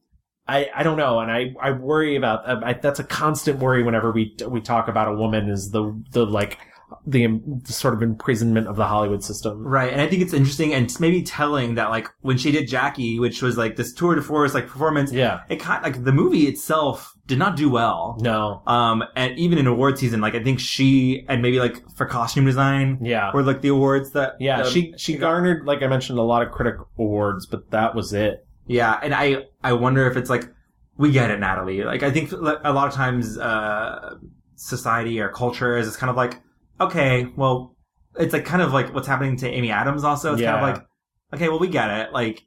I I don't know, and I I worry about uh, I, that's a constant worry whenever we we talk about a woman is the the like the, um, the sort of imprisonment of the Hollywood system. Right, and I think it's interesting and it's maybe telling that like when she did Jackie, which was like this tour de force like performance, yeah, it kind like the movie itself did not do well. No, um, and even in award season, like I think she and maybe like for costume design, Yeah. were like the awards that Yeah, the- she she garnered like I mentioned a lot of critic awards, but that was it. Yeah, and I I wonder if it's like we get it, Natalie. Like I think like, a lot of times uh, society or culture is it's kind of like okay, well, it's like kind of like what's happening to Amy Adams. Also, it's kind Yeah. of like okay, well, we get it. Like,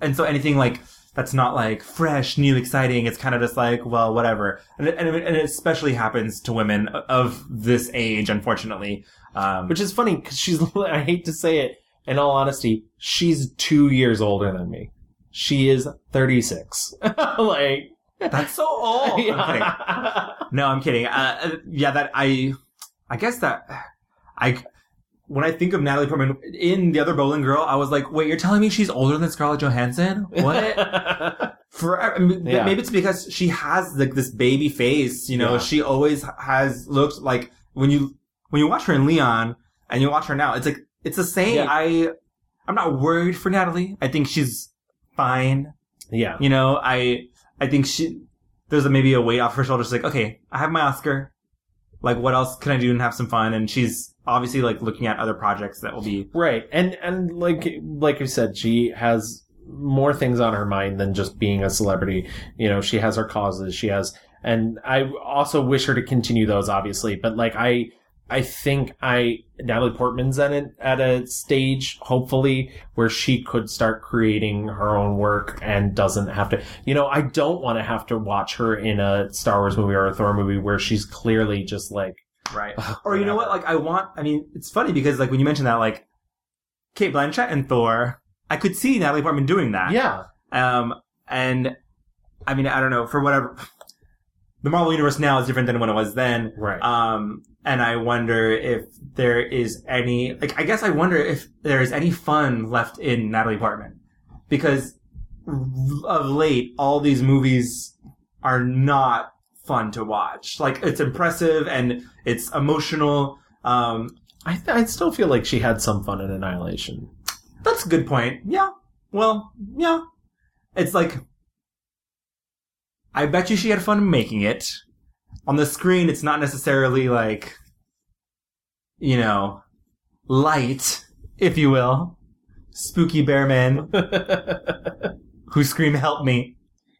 and so anything like that's not like fresh, new, exciting. It's kind of just like well, whatever. And it- and it, and it especially happens to women of this age, unfortunately. Um, Which is funny because she's I hate to say it in all honesty, she's two years older than me. She is thirty six. like that's so old. I'm kidding. No, I'm kidding. Uh, uh, yeah, that I, I guess that I, when I think of Natalie Portman in the other Bowling Girl, I was like, wait, you're telling me she's older than Scarlett Johansson? What? For I mean, Yeah. maybe it's because she has like this baby face. You know, Yeah. she always has looked like when you when you watch her in Leon and you watch her now, it's like it's the same. Yeah. I, I'm not worried for Natalie. I think she's fine. Yeah. You know, I I think she there's a, maybe a weight off her shoulders. Like, okay, I have my Oscar. Like, what else can I do and have some fun? And she's obviously like looking at other projects that will be Right. And and like like you said, she has more things on her mind than just being a celebrity. You know, she has her causes, she has and I also wish her to continue those obviously, but like I I think I Natalie Portman's at a, at a stage, hopefully, where she could start creating her own work and doesn't have to. You know, I don't want to have to watch her in a Star Wars movie or a Thor movie where she's clearly just like right. or you know what? Like, I want. I mean, it's funny because like when you mentioned that, like Kate Blanchett and Thor, I could see Natalie Portman doing that. Yeah. Um, and I mean, I don't know for whatever. The Marvel universe now is different than when it was then. Right. Um, and I wonder if there is any. Like, I guess I wonder if there is any fun left in Natalie Portman because of late, all these movies are not fun to watch. Like it's impressive and it's emotional. Um, I th- I still feel like she had some fun in Annihilation. That's a good point. Yeah. Well, yeah. It's like I bet you she had fun making it. On the screen, it's not necessarily like you know light, if you will. Spooky bearmen who scream "Help me!"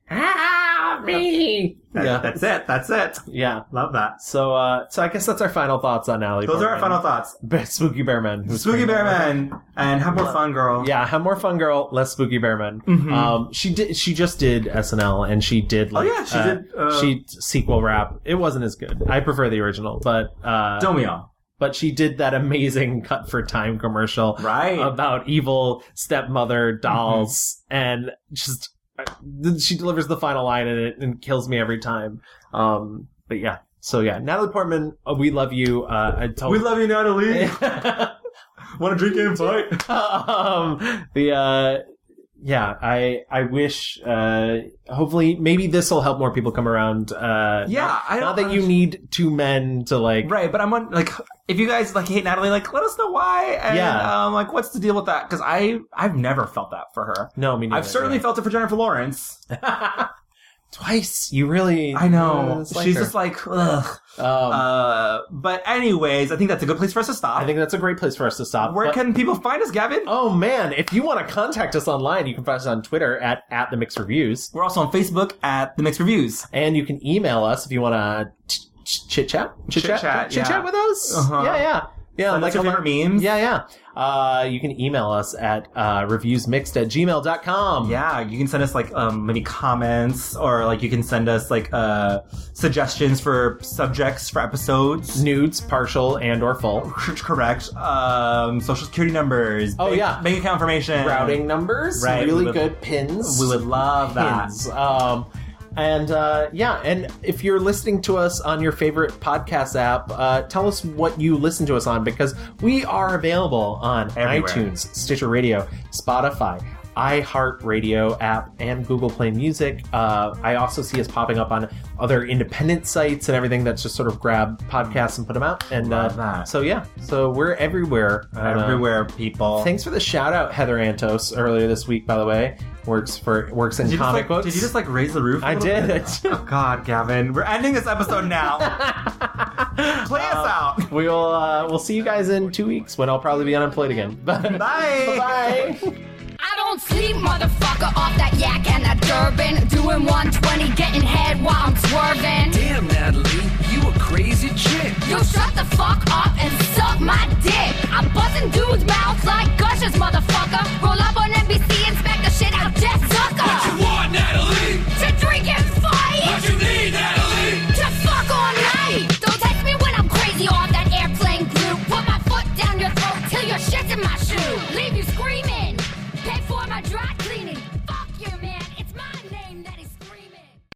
Help me! That- yeah, that's it. That's it. Yeah, love that. So, uh, so I guess that's our final thoughts on Alley. Those are our final thoughts. spooky bear men. Spooky bear men and have more fun, girl. Yeah, have more fun, girl. Less spooky bear men. Mhm. Um, she did. She just did SNL, and she did. Like, yeah, she uh, did, uh, she sequel rap. It wasn't as good. I prefer the original, but uh, Don't we all? But she did that amazing cut for time commercial, right? Mm-hmm. About evil stepmother dolls, and just uh, she delivers the final line in it and kills me every time. Um, but yeah, So yeah, Natalie Portman, uh, we love you. Uh, I told We love you, Natalie. Want to drink and fight? um, the uh, yeah, I I wish. Uh, hopefully, maybe this will help more people come around. Uh, Yeah, not, I not don't- that you need two men to like. Right, but I'm on like if you guys like hate Natalie, like let us know why. And, Yeah. Um, like what's the deal with that? Because I I've never felt that for her. No, me neither. I've certainly felt it for Jennifer Lawrence. Twice. You really. I know. uh, dislike She's her. just like ugh. uh, but anyways, I think that's a good place for us to stop. I think that's a great place for us to stop. Where but- can people find us, Gavin? Oh man, if you want to contact us online, you can find us on Twitter at, at the Mix Reviews. We're also on Facebook at the Mix Reviews. And you can email us if you want to chit chat. Chit chat. Chit chat with us. Uh-huh. Yeah, yeah. Yeah, Send us your on our- favorite memes. Yeah, yeah. Uh, you can email us at uh, reviewsmixed at gmail.com. Yeah, you can send us like um, maybe comments or like you can send us like uh, suggestions for subjects for episodes. Nudes, partial and or full. Correct. Um, social security numbers. Oh, bank- yeah. bank account information. Routing numbers. Right, we Really would- good pins. We would love that. pins. Um, and uh, yeah, and if you're listening to us on your favorite podcast app, uh, tell us what you listen to us on because we are available on Everywhere. iTunes, Stitcher Radio, Spotify, iHeartRadio app, and Google Play Music. Uh, I also see us popping up on other independent sites and everything that's just sort of grab podcasts and put them out. And Love uh, that. so yeah, so we're everywhere. And, uh, Everywhere, people. Thanks for the shout out, Heather Antos, earlier this week. By the way, works for works in Did you, just, comic like, books. did you just like raise the roof? I I did. Oh, God, Gavin, we're ending this episode now. Play us out. We'll uh, we'll see you guys in two weeks when I'll probably be unemployed again. Bye. Bye. I don't sleep, motherfucker, off that yak and that Durban. Doing 120, getting head while I'm swerving. Damn, Natalie, you a crazy chick. You shut the fuck up and suck my dick. I'm busting dudes' mouths like gushers, motherfucker. Roll up on NBC and smash.